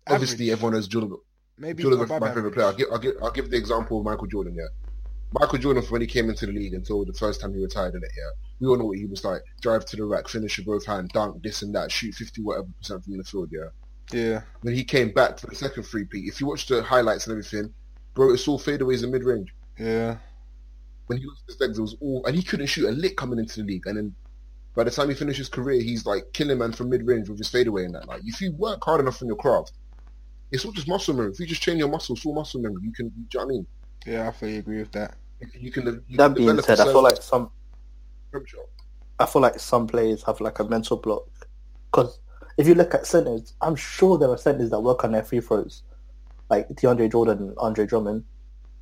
B: obviously
A: Average.
B: everyone knows Jordan.
A: maybe
B: Jordan's my
A: above
B: favorite
A: average.
B: player. I'll give, I'll, give, I'll give the example of Michael Jordan. Yeah, Michael Jordan from when he came into the league until the first time he retired in it. Yeah, we all know what he was like: drive to the rack, finish with both hands, dunk, this and that, shoot fifty whatever percent from the field. Yeah.
A: Yeah,
B: When he came back for the second three P, if you watch the highlights and everything, bro, it's all fadeaways and mid range
A: yeah.
B: when he was his legs, it was all, and he couldn't shoot a lick coming into the league. And then by the time he finished his career, he's like killing man from mid range with his fadeaway and that. Like, if you work hard enough in your craft, it's all just muscle memory. If you just train your muscles, full muscle memory, you can. You know what I mean?
A: Yeah, I fully agree with that.
B: You can. You can you can
C: that being
B: develop a
C: said, I feel
B: certain
C: like some
B: jump shot.
C: I feel like some players have like a mental block because if you look at centers, I'm sure there are centers that work on their free throws, like DeAndre Jordan and Andre Drummond.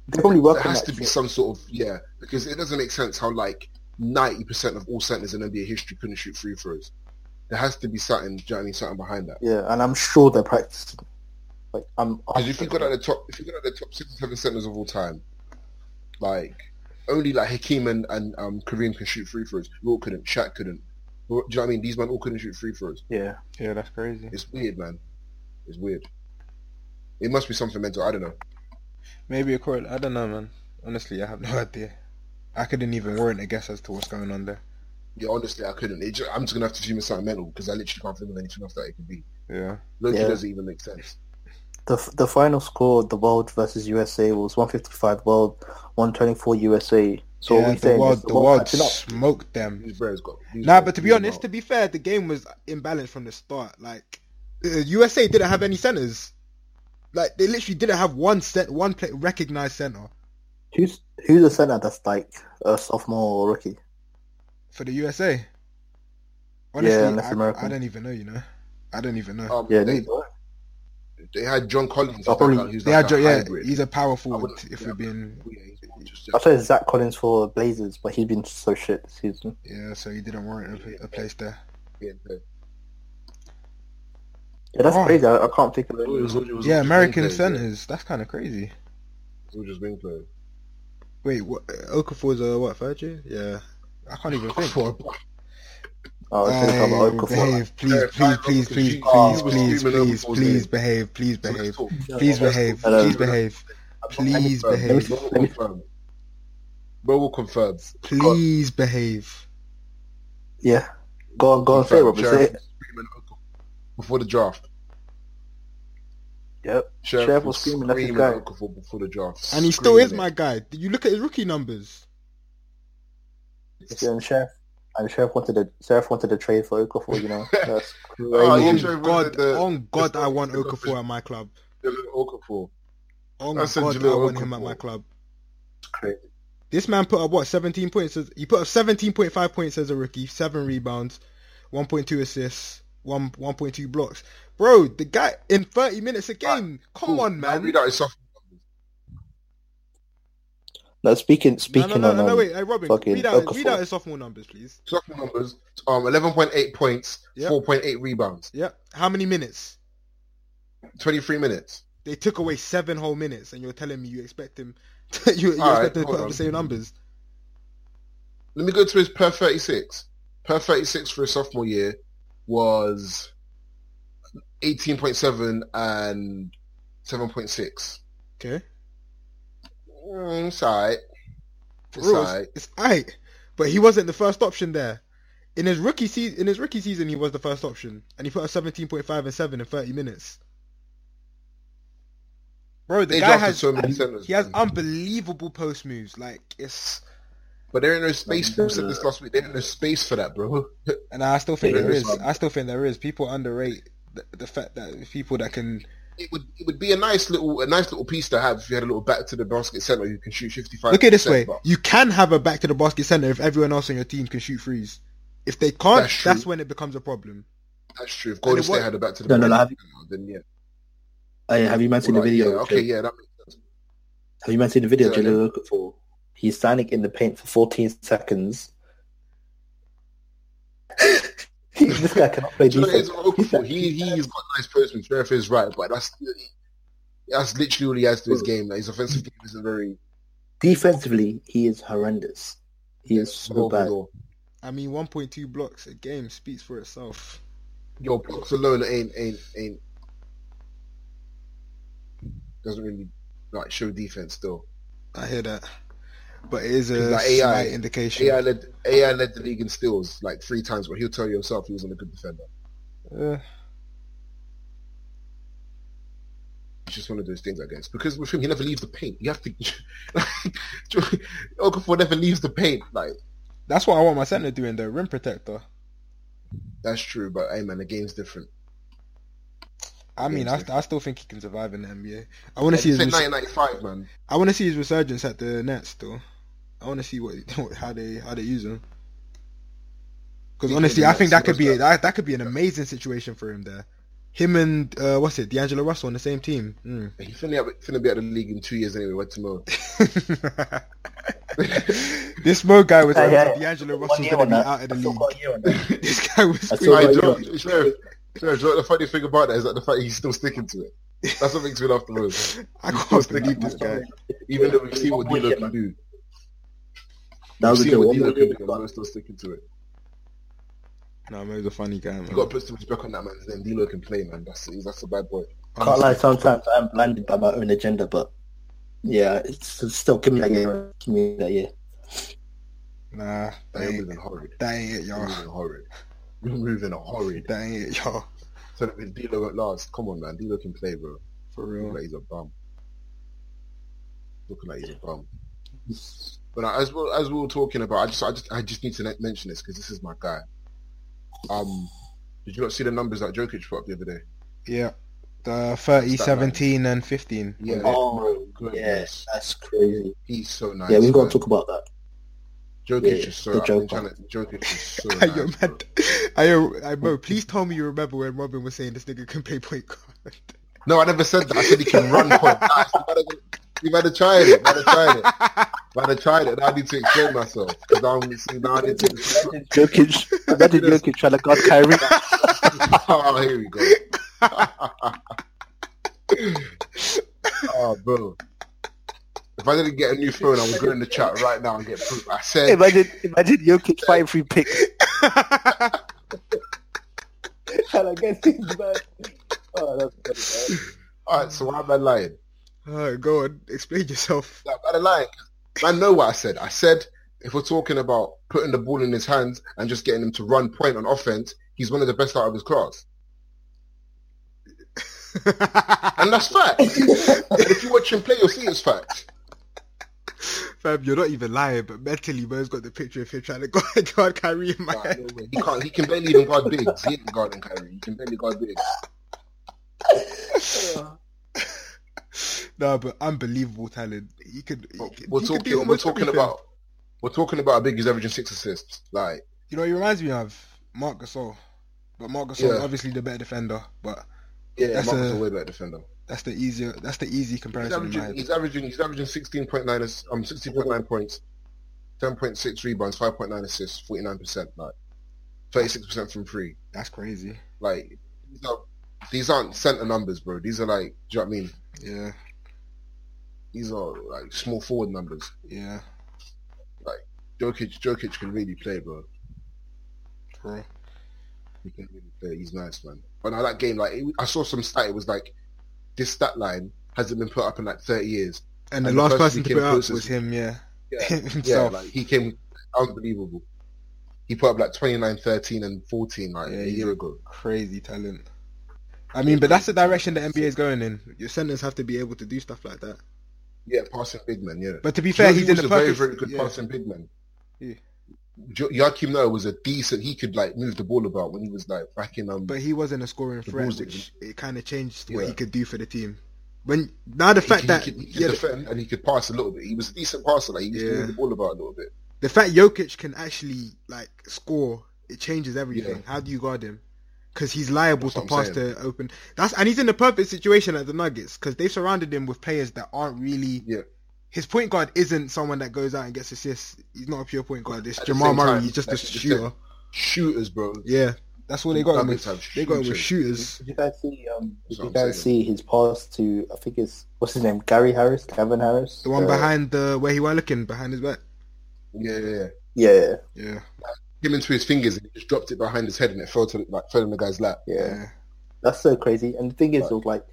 C: They probably work
B: There
C: on
B: has
C: that.
B: to be
C: shit.
B: some sort of yeah, because it doesn't make sense how like ninety percent of all centers in NBA history couldn't shoot free throws. There has to be something. Do you know what I mean? Something behind that.
C: Yeah, and I'm sure they're practicing. Like I'm.
B: Because if you got at the top, if you got at the top six or seven centers of all time, like only like Hakeem and, and um, Kareem can shoot free throws. We all couldn't. Shaq couldn't. Do you know what I mean? These men all couldn't shoot free throws.
C: yeah,
A: Yeah, that's crazy.
B: It's weird, man. It's weird. It must be something mental. I don't know.
A: Maybe a correlate. I don't know, man. Honestly, I have no idea. I couldn't even warrant a guess as to what's going on there.
B: Yeah, honestly, I couldn't. It ju- I'm just gonna have to assume it's something mental because I literally can't think of anything else that it could be.
A: Yeah.
B: Loki
C: Yeah.
B: doesn't even make sense.
C: the the final score, the World versus USA was 155 World, 124 USA. So
A: yeah,
C: we
A: the
C: saying
A: world,
C: is
A: the world
C: catching up.
A: smoked them.
B: These players got. these
A: Nah,
B: players
A: but to be
B: blew them
A: honest,
B: out.
A: to be fair, the game was imbalanced from the start. Like, uh, USA didn't have any centers. Like, they literally didn't have one set, one play, recognized center
C: Who's who's a center that's like a sophomore or rookie?
A: for the USA. Honestly,
C: Yeah, that's
A: I,
C: American.
A: I don't even know. You know, I don't even know.
B: Um,
C: Yeah,
B: they,
C: neither.
B: they had John Collins.
C: Oh, probably-
B: who's
A: they
B: like
A: had, Jo-
B: a
A: yeah,
B: hybrid.
A: he's a power forward.
B: wouldn't-
A: If
B: yeah.
A: we're being,
B: Yeah, he's just-
C: I said Zach Collins for Blazers, but he's been so shit this season.
A: yeah, so he didn't warrant a, a place there.
B: yeah, yeah.
C: Yeah, that's
A: Oh.
C: crazy. I, I can't think of
B: It was-
C: it.
B: it was
A: Yeah,
B: all just
A: American
B: wing players, yeah.
A: centers. That's kind of crazy.
B: It was just wing players.
A: Wait, what? uh, Okafor's a what third year? Yeah, I can't even think.
C: Oh, I think I'm
A: Hey,
C: Okafor.
A: behave, please,
B: Yeah,
A: please,
B: Tyler
A: please,
B: Okafor.
A: please,
C: Oh,
A: please,
C: he was
A: please,
B: screaming
A: please,
B: Okafor's
A: please
B: name.
A: behave, please
B: So let's
A: behave,
B: talk.
A: please behave,
C: Hello.
A: please behave, please
B: Bro,
A: behave,
B: Bro will confirm. Bro will confirm.
A: please behave.
C: Yeah. Go on, go on, say it,
B: Confirm.
C: Robert. Say
B: Sheriff
C: it.
B: was screaming Okafor Before the draft.
C: Yep.
B: Sheriff,
C: Sheriff
B: was
C: was screaming, that's his
B: screaming
C: guy.
B: Okafor before the draft.
A: And he still is
B: Screaming
A: my
B: it.
A: guy. You look at his rookie numbers.
C: Yeah, and Sheriff. And Sheriff wanted to Sheriff wanted to trade for Okafor, you know. That's crazy.
B: Oh, yeah,
A: On
B: sure, he
A: God,
B: wanted the-
A: on God,
B: the-
A: I want
B: the-
A: Okafor at my club.
B: Jaleel Okafor.
A: On
B: I said
A: God, I
B: Jaleel
A: want him at
B: Okafor.
A: my club.
C: crazy.
A: This man put up what 17 points. As, he put up 17.5 points as a rookie, seven rebounds, 1.2 assists, one 1.2 blocks. Bro, the guy in 30 minutes a game. Come
B: Cool.
A: on,
B: Now
A: man.
B: Read out his sophomore numbers.
C: Now speaking speaking
A: no, no, no, no,
C: on
A: no,
C: um,
A: wait, hey, Robin,
C: fucking
A: read out, read
C: Okafor.
A: out his sophomore numbers, please.
B: Sophomore numbers: um, 11.8 points,
A: Yep.
B: 4.8 rebounds,
A: Yeah, how many minutes?
B: 23 minutes.
A: They took away seven whole minutes, and you're telling me you expect him, you, you expect
B: Alright,
A: him to
B: hold
A: put up
B: on.
A: the same numbers?
B: Let me go to his per 36. Per 36 for his sophomore year was 18.7 and 7.6.
A: Okay,
B: Mm, it's alright.
A: For
B: It's
A: real,
B: alright.
A: it's, it's aight, but he wasn't the first option there. In his rookie season, in his rookie season, he was the first option, and he put up seventeen point five and seven in thirty minutes. Bro, the
B: They
A: guy
B: drafted
A: has
B: so many centers.
A: he has unbelievable post moves. Like it's,
B: but there ain't no space. We said
A: uh,
B: this last week. There ain't no space for that, bro.
A: and I still think
C: Yeah,
A: there
B: this
A: is.
B: one.
A: I still think there is. People underrate the, the fact that people that can.
B: It would it would be a nice little a nice little piece to have if you had a little back to the basket center who can shoot 55.
A: Look at it this way: you can have a back to the basket center if everyone else on your team can shoot threes. If they can't,
B: That's
A: that's,
B: true.
A: when it becomes a problem.
B: That's true. If Golden
A: it wa-
B: State had a back to the
C: No, no, no,
B: basket center, then yeah.
C: Hey, have you man seen the
B: Like,
C: video?
B: yeah, okay, yeah, that makes sense.
C: Have you man seen the video?
B: Yeah, I
C: Jaleel Okafor. He's standing in the paint for 14 seconds. this guy cannot play
B: Do you know
C: defense.
B: what it is with Okafor? "Oh, He he's got nice postman. Fair if he's right, but that's that's literally all he has to his game. Like his offensive game isn't very
C: Defensively, he is horrendous. He is
A: Oh,
C: so bad.
B: overall.
A: I mean, 1.2 blocks a game speaks for itself.
B: Your blocks alone ain't ain't ain't doesn't really like show defense still.
A: I hear that, but it is
B: Because
A: a
B: that AI
A: slight indication.
B: AI led AI led the league in steals like three times, but he'll tell you himself he wasn't a good defender.
A: Uh,
B: It's just one of those things, I guess. Because with him, he never leaves the paint. You have to. Like, Okafor never leaves the paint. Like
A: that's what I want my center doing though. Rim protector.
B: that's true, but hey, man, the game's different.
A: I mean, I,
B: Interesting.
A: I still think he can survive in the NBA. I want to see his.
B: Say
A: res-
B: 1995, man.
A: I want to see his resurgence at the Nets though. I want to see what how they how they use him. Because
B: Speaking
A: honestly,
B: of
A: I
B: the
A: think
B: Nets,
A: that could be
B: what's
A: that that could be an amazing situation for him there. Him and uh, what's it, D'Angelo Russell on the same team. Mm.
B: He's finna, have- finna be out of the league in two years anyway. What to know?
A: this Mo guy was like,
C: Yeah, yeah.
A: D'Angelo
C: One
A: Russell's
C: year
A: gonna
C: on
A: be
C: that.
A: out of the
C: I still
A: league.
C: got a year on that.
A: This guy was
C: I
A: screaming.
C: saw-
B: I
C: yeah.
B: don't, it's fair. It's fair. The funny thing about that is that the fact he's still sticking to it. That's what makes me laugh the most.
A: I
B: He's
A: can't
B: still sticking
A: believe
B: to
A: this
B: this
A: guy.
B: guy, even though we've seen what D'Lo can do.
C: That was a
B: we've seen
C: good
B: what
C: one.
B: D'Lo can do, and
C: But
B: we're still sticking to it.
A: No, Mo's a funny guy, man.
B: You got to put some respect on that man's name. D'Lo can play, man. That's he's- that's a bad boy.
C: Can't
A: Honestly.
C: lie, sometimes I'm blinded by my own agenda, but yeah, it's it's still give me that year. Give me that year.
A: Nah,
B: That
A: that
B: ain't
A: ain't,
B: moving horrid.
A: that ain't it,
B: You're
A: y'all.
B: moving horrid. You're moving horrid.
A: That ain't it, y'all.
B: So that with D'Lo at last, come on, man. D'Lo can play, bro.
A: For
B: Looking
A: real.
B: like he's a bum. Looking like he's a bum. But uh, as well as we were talking about, I just I just I just need to ne- mention this because this is my guy. Um, did you not see the numbers that Jokic put up the other day?
A: Yeah. The 30,
B: Stat
A: 17, and 15.
B: Yeah.
C: Oh,
B: Goodness.
C: yes, that's crazy.
B: He's so nice.
C: Yeah, we've got to
B: man.
C: talk about that.
B: Jokic
C: yeah,
B: is so.
C: the
B: I've been
C: Joker.
B: trying to- Jokic is so
A: Are you
B: nice. bro.
A: mad? Are you, I, bro, please tell me you remember when Robin was saying this nigga can play point guard.
B: No, I never said that. I said he can run. point. Nah, you better- You better try it. You better try it. You better try it. Now I need to explain myself. 'Cause Now, I'm- see, now I need to explain
C: Jokic, imagine Jokic trying to guard Kyrie.
B: oh, here we go. oh, bro. If I didn't get a new phone, I would go in the chat right now and get proof. I said,
C: Imagine, imagine Jokic fighting free picks. Trying to get things back. Oh, that's funny, man.
B: all right, so why am I lying?
A: Uh, go on, explain yourself.
B: Like, why am I lying? I know what I said. I said, if we're talking about putting the ball in his hands and just getting him to run point on offense, he's one of the best out of his class. And that's fact. and if you watch him play, you'll see it's fact.
A: Fam, you're not even lying, but mentally, Mo's got the picture of him trying to guard, guard Kyrie in my
B: Nah,
A: head.
B: no way. He can't. He can barely even guard bigs. He ain't guarding Kyrie. He can barely guard bigs.
A: No, but unbelievable talent. He could. He
B: But
A: could
B: we're
A: he could do
B: talking. We're
A: almost
B: talking
A: everything.
B: about. We're talking about a big who's averaging six assists. Like,
A: You know, he reminds me of Marc Gasol, but Marc Gasol is
B: Yeah.
A: obviously the better defender. But
B: yeah,
A: That's
B: Marcus
A: a-
B: a way better defender.
A: That's the easier. That's the easy
B: He's
A: comparison. in my
B: averaging,
A: head.
B: he's averaging, he's averaging 16.9, ass- um, 16.9 points, 10.6 rebounds, 5.9 assists, 49%, like, 36% from three.
A: That's crazy.
B: Like, these, are, these aren't center numbers, bro. These are like, do you know what I mean?
A: Yeah,
B: These are like small forward numbers.
A: yeah,
B: Jokic, Jokic can really play, bro.
A: bro.
B: He can really play. He's nice, man. But now that game, like, it, I saw some stat. It was like, this stat line hasn't been put up in like 30 years.
A: And, the
B: And the
A: last person
B: person who
A: to
B: came
A: put it up
B: closest-
A: was him. Yeah,
B: Yeah. Yeah,
A: himself.
B: like he came unbelievable. He put up like 29, 13, and 14 like
A: Yeah,
B: a
A: he
B: year
A: did.
B: ago.
A: crazy talent. I mean, but that's the direction the NBA is going in. Your centers have to be able to do stuff like that.
B: Yeah, passing big man, yeah.
A: But to be fair,
B: Jokic
A: he's in
B: was
A: the
B: a very,
A: perfect.
B: very good
A: yeah,
B: passing big man.
A: Yeah.
B: Jo- Joachim Noah was a decent, he could like move the ball about when he was like back in, um,
A: But he wasn't a scoring
B: The
A: threat,
B: Bulls
A: which it kind of changed what
B: Yeah.
A: he could do for the team. When now the
B: he
A: fact
B: could-
A: that
B: he could, he could
A: yeah, the,
B: defend and he could pass a little bit. He was a decent passer, like he used to
A: Yeah.
B: move the ball about a little bit.
A: the fact Jokic can actually like score, it changes everything.
B: Yeah.
A: How do you guard him? Because he's liable
B: That's
A: to
B: what I'm
A: pass to open. That's and he's in the perfect situation at the Nuggets because they've surrounded him with players that aren't really.
B: Yeah.
A: His point guard isn't someone that goes out and gets assists. He's not a pure point guard. It's
B: At the
A: Jamal
B: same
A: Murray.
B: time,
A: he's just a
B: like, the
A: shooter.
B: Shooters, bro.
A: Yeah, that's what they got him
B: Nuggets
A: with.
B: have
A: They got him with
B: shooters.
A: shooters.
C: Did you guys see? Um,
B: That's what
C: did you
B: I'm
C: guys
B: saying.
C: see his pass to? I think it's what's his name, Gary Harris, Gavin Harris,
A: The one
C: Uh,
A: behind the where he was looking behind his back.
B: Yeah, yeah, yeah.
C: Yeah,
A: Yeah,
B: Came into his fingers and he just dropped it behind his head and it fell to like fell in the guy's lap.
C: yeah,
A: yeah.
C: That's so crazy. And the thing is, it was like,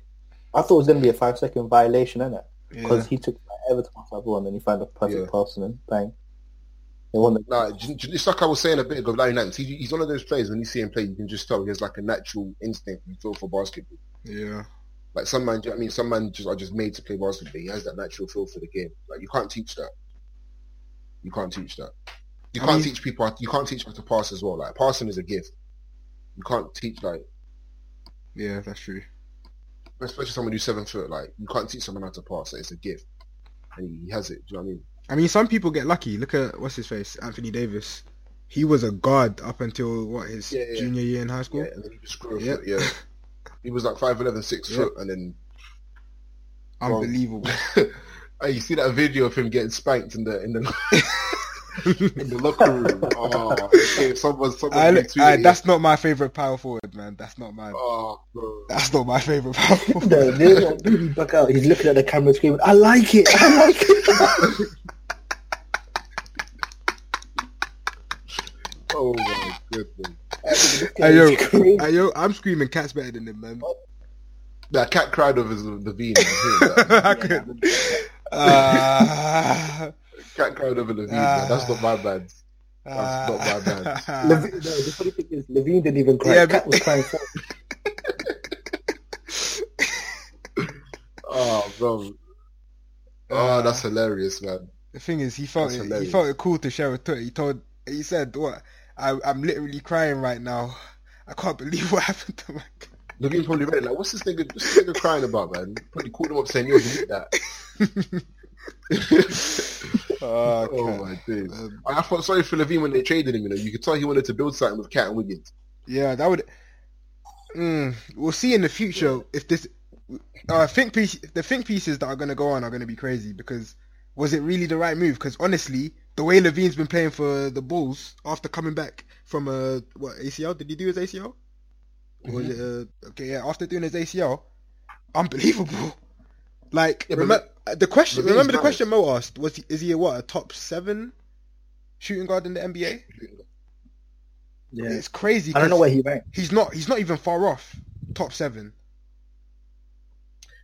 C: I thought it was gonna be a five second violation, innit?
A: yeah.
C: Because he took forever to pass that ball, and then he found a perfect
B: Yeah.
C: pass, and then bang, they won the.
B: Nah, j- j- it's like I was saying a bit ago, Larry Nance. He, he's one of those players when you see him play, you can just tell he has like a natural instinct and feel for basketball.
A: yeah.
B: Like some man, do you know what I mean, some man just are just made to play basketball. He has that natural feel for the game. Like you can't teach that. You can't teach that. You
A: I
B: can't
A: mean-
B: teach people. how- You can't teach them to pass as well. Like passing is a gift. You can't teach like,
A: Yeah, that's true.
B: especially someone who's seven foot. Like you can't teach someone how to pass. Like, it's a gift, and he, he has it. Do you know what I mean?
A: I mean, some people get lucky. Look at what's his face, Anthony Davis. He was a guard up until what his
B: Yeah, yeah.
A: junior year in high school.
B: Yeah, and then he just grew a
A: Yep.
B: foot. Yeah, he was like five eleven, six
A: Yep.
B: foot, and then
A: Unbelievable.
B: Hey, you see that video of him getting spanked in the in the in the locker room? Oh, okay, someone, someone
A: I,
B: retweeted
A: I,
B: it.
A: that's not my favorite power forward, man. That's not my.
B: Oh, bro.
A: That's not my favorite power forward.
C: No, no, no, no, back out. He's looking at the camera, screaming, "I like it! I like it!"
B: Oh my goodness.
A: Hey, yo.
C: Screaming.
A: Hey, yo, I'm screaming cats better than him, man.
B: That cat cried over the, the V. man. Hear that?
A: I could. Ah,
B: cat cried over the V. man. That's not my bad. That's not my
A: ah.
C: Levine, no, the funny thing is, Levine didn't even cry.
A: Yeah,
C: Cat
A: but-
C: was crying. for
B: Oh, bro.
A: Ah.
B: Oh, that's hilarious, man.
A: The thing is, he felt
B: That's
A: it, he
B: hilarious.
A: felt it cool to share with Twitter. He told, he said, "What? I, I'm literally crying right now. I can't believe what happened to my." Cat.
B: Levine probably read it. Like, what's this nigga, what's this nigga crying about, man? Probably called him up saying, yo, delete that.
A: Oh,
B: oh,
A: cat.
B: my days.
A: Um,
B: I felt sorry for Levine when they traded him, you know. You could tell he wanted to build something with Cat and Wiggins.
A: yeah, that would. Mm, we'll see in the future if this. Uh, think piece, the think pieces that are going to go on are going to be crazy because was it really the right move? Because honestly, the way Levine's been playing for the Bulls after coming back from a what ACL? Did he do his ACL? Or
C: Mm-hmm.
A: Was it uh okay? Yeah, after doing his ACL, unbelievable. Like
B: Yeah, but
A: remember the question.
B: Levine's
A: remember the
B: nice.
A: question Mo asked was he, is he a what a top seven shooting guard in the NBA?
C: Yeah.
A: It's crazy.
C: I don't
A: 'cause-
C: know where he went.
A: He's not. He's not even far off top seven.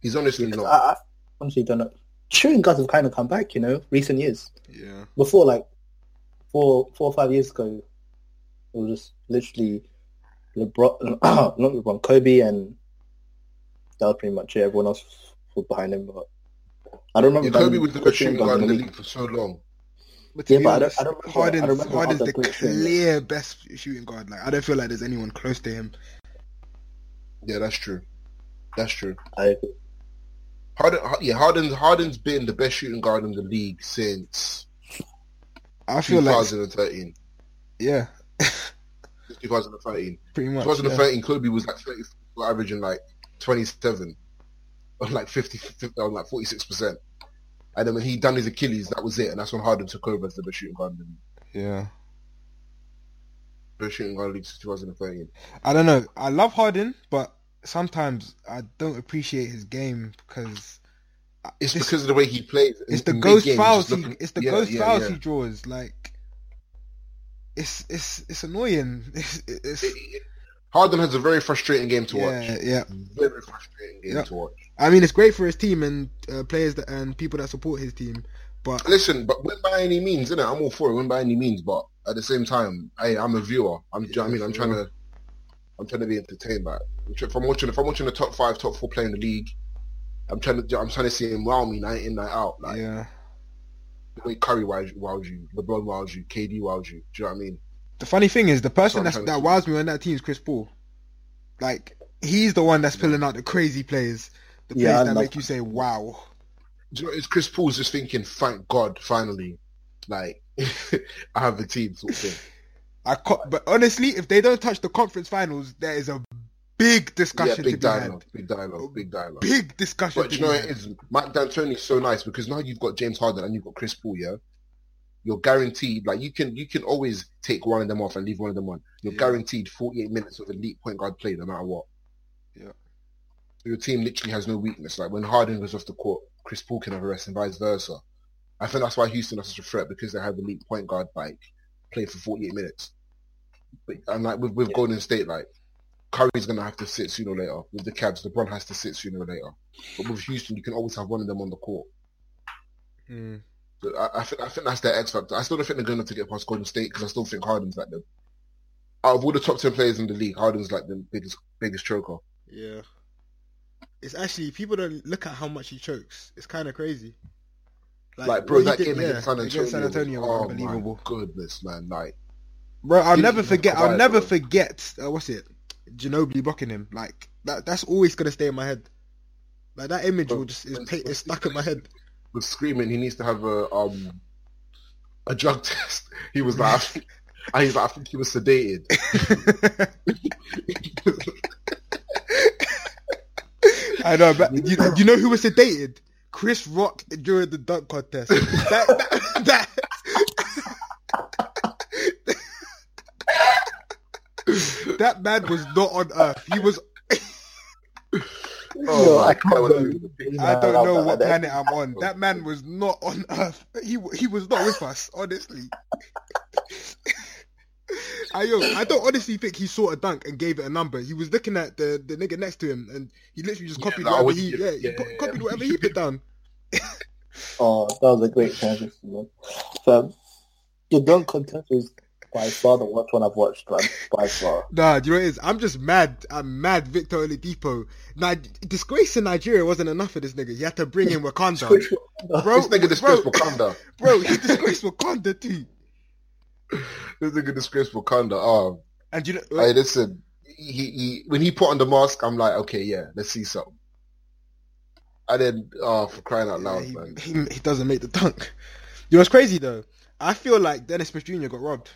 B: He's honestly
C: I,
B: not.
C: I honestly don't know. Shooting guards have kind of come back, you know, recent years.
A: Yeah.
C: Before, like, four, four or five years ago, it was just literally LeBron, not LeBron, Kobe, and that was pretty much it. Everyone else was behind him, but I don't remember.
B: Yeah, Kobe
C: them-
B: was the best shooting
C: guards
B: guard in the
C: league.
B: league for so long.
A: But to
C: Yeah,
A: be
C: but I don't-
A: honest,
C: I don't remember-
A: Harden's,
C: I don't remember
A: Harden's the
C: other players saying that.
A: clear best shooting guard. Like I don't feel like there's anyone close to him.
B: Yeah, that's true. That's true.
C: I agree.
B: Harden, Har- yeah, Harden, Harden's been the best shooting guard in the league since
A: I feel like
B: 2013.
A: yeah,
B: Since 2013.
A: pretty much. Yeah.
B: 2013, Kobe was like 30, averaging like 27. on like 50, 50 on like 46%. And then when he done his Achilles, that was it. And that's when Harden took over as the best shooting guard in the league.
A: Yeah.
B: Best shooting guard in the league since 2013.
A: I don't know. I love Harden, but sometimes I don't appreciate his game because
B: It's because of the way he plays.
A: it's
B: In-
A: the
B: in
A: ghost
B: mid-game, he's
A: fouls.
B: just
A: He,
B: looking-
A: it's the
B: yeah,
A: ghost
B: yeah,
A: fouls
B: yeah.
A: he draws. Like it's it's it's annoying. It's, it's,
B: It- it- Harden has a very frustrating game to
A: yeah,
B: watch.
A: yeah.
B: Very frustrating game
A: Yeah.
B: to watch.
A: I mean, it's great for his team and uh, players that, and people that support his team, but
B: Listen, but win by any means, innit? I'm all for it, win by any means, but at the same time, hey, I'm a viewer. I'm, do you know what I mean? I'm
A: Yeah.
B: trying to, I'm trying to be entertained by it. I'm tr- If I'm watching, if I'm watching the top five, top four play in the league, I'm trying to, I'm trying to see him wow me night in, night out. Like
A: yeah.
B: the way Curry wows, wows you, LeBron wows you, KD wows you. Do you know what I mean?
A: The funny thing is, the person that's,
B: Sometimes-
A: that wows me on that team is Chris Paul. Like he's the one that's pulling out the crazy plays, the plays
C: Yeah, I
A: that
C: love-
A: make you say, "Wow."
B: Do you know? It's Chris Paul's just thinking, thank God, finally, like I have a team sort of thing.
A: I co- but honestly, if they don't touch the conference finals, there is a big
B: yeah,
A: discussion to
B: big
A: be had.
B: dialogue, big dialogue, big dialogue.
A: Big discussion.
B: But
A: to
B: you know
A: be
B: it
A: had.
B: is Mike D'Antoni's so nice because now you've got James Harden and you've got Chris Paul. Yeah, you're guaranteed like you can you can always take one of them off and leave one of them on. You're
A: Yeah.
B: guaranteed 48 minutes of elite point guard play no matter what.
A: Yeah.
B: your team literally has no weakness. Like when Harden goes off the court, Chris Paul can have a rest and vice versa. I think that's why Houston are such a threat because they have elite point guard like play for 48 minutes. But and like with, with
C: Yeah.
B: Golden State, like Curry's gonna have to sit sooner or later. With the Cavs, LeBron has to sit sooner or later. But with Houston, you can always have one of them on the court.
A: Mm.
B: So I, I think I think that's their X factor. I still don't think they're going to have to get past Golden State because I still think Harden's like the out of all the top ten players in the league, Harden's like the biggest biggest choker.
A: Yeah. It's actually people don't look at how much he chokes. It's kind of crazy.
B: Like, bro,
A: what he
B: that
A: did-
B: game
A: yeah,
B: against San Antonio,
A: against San Antonio was,
B: oh
A: unbelievable.
B: My goodness, man! Like
A: Bro, I'll
B: Didn't
A: never
B: even
A: forget. I'll
B: Kawhi,
A: never
B: bro.
A: forget. Uh, what's it? Ginobili blocking him. Like that. That's always gonna stay in my head. Like that image
B: Bro,
A: will just is,
B: when-
A: pa-
B: when
A: is stuck in my head.
B: was screaming, he needs to have a um a drug test. He was like, I think- and he's like, I think he was sedated.
A: I know, but you, you know who was sedated? Chris Rock during the dunk contest. That, that, that, that man was not on earth. He was.
B: Oh,
C: Yo,
B: my
C: I can't
B: God.
C: believe-
A: I don't
C: Nah,
A: know
C: nah,
A: what
C: that-
A: planet I'm on. That man was not on earth. He w- he was not with us, honestly. I, yo, I don't honestly think he saw a dunk and gave it a number. He was looking at the, the nigga next to him, and he literally just
B: Yeah,
A: copied
B: nah, I
A: whatever he
B: would-
A: yeah, he
B: yeah,
A: po-
B: yeah,
A: copied
B: yeah.
A: whatever he put down.
C: Oh, that was a great transition, man. So, the dunk contest was by far the worst one I've watched, man. By far.
A: Nah, do you know what it is? I'm just mad. I'm mad Victor Oladipo. Now, disgrace in Nigeria wasn't enough for this nigga. He had to bring in Wakanda. Bro,
B: This nigga disgraced
A: bro,
B: Wakanda.
A: bro, he disgraced Wakanda too.
B: This nigga disgraced Wakanda. Oh,
A: And you know,
B: Hey, listen. He, he when he put on the mask, I'm like, okay, yeah, let's see something. And then, oh, for crying out loud,
A: he,
B: man!
A: he, he doesn't make the dunk. You know what's crazy though? I feel like Dennis Smith Jr. got robbed.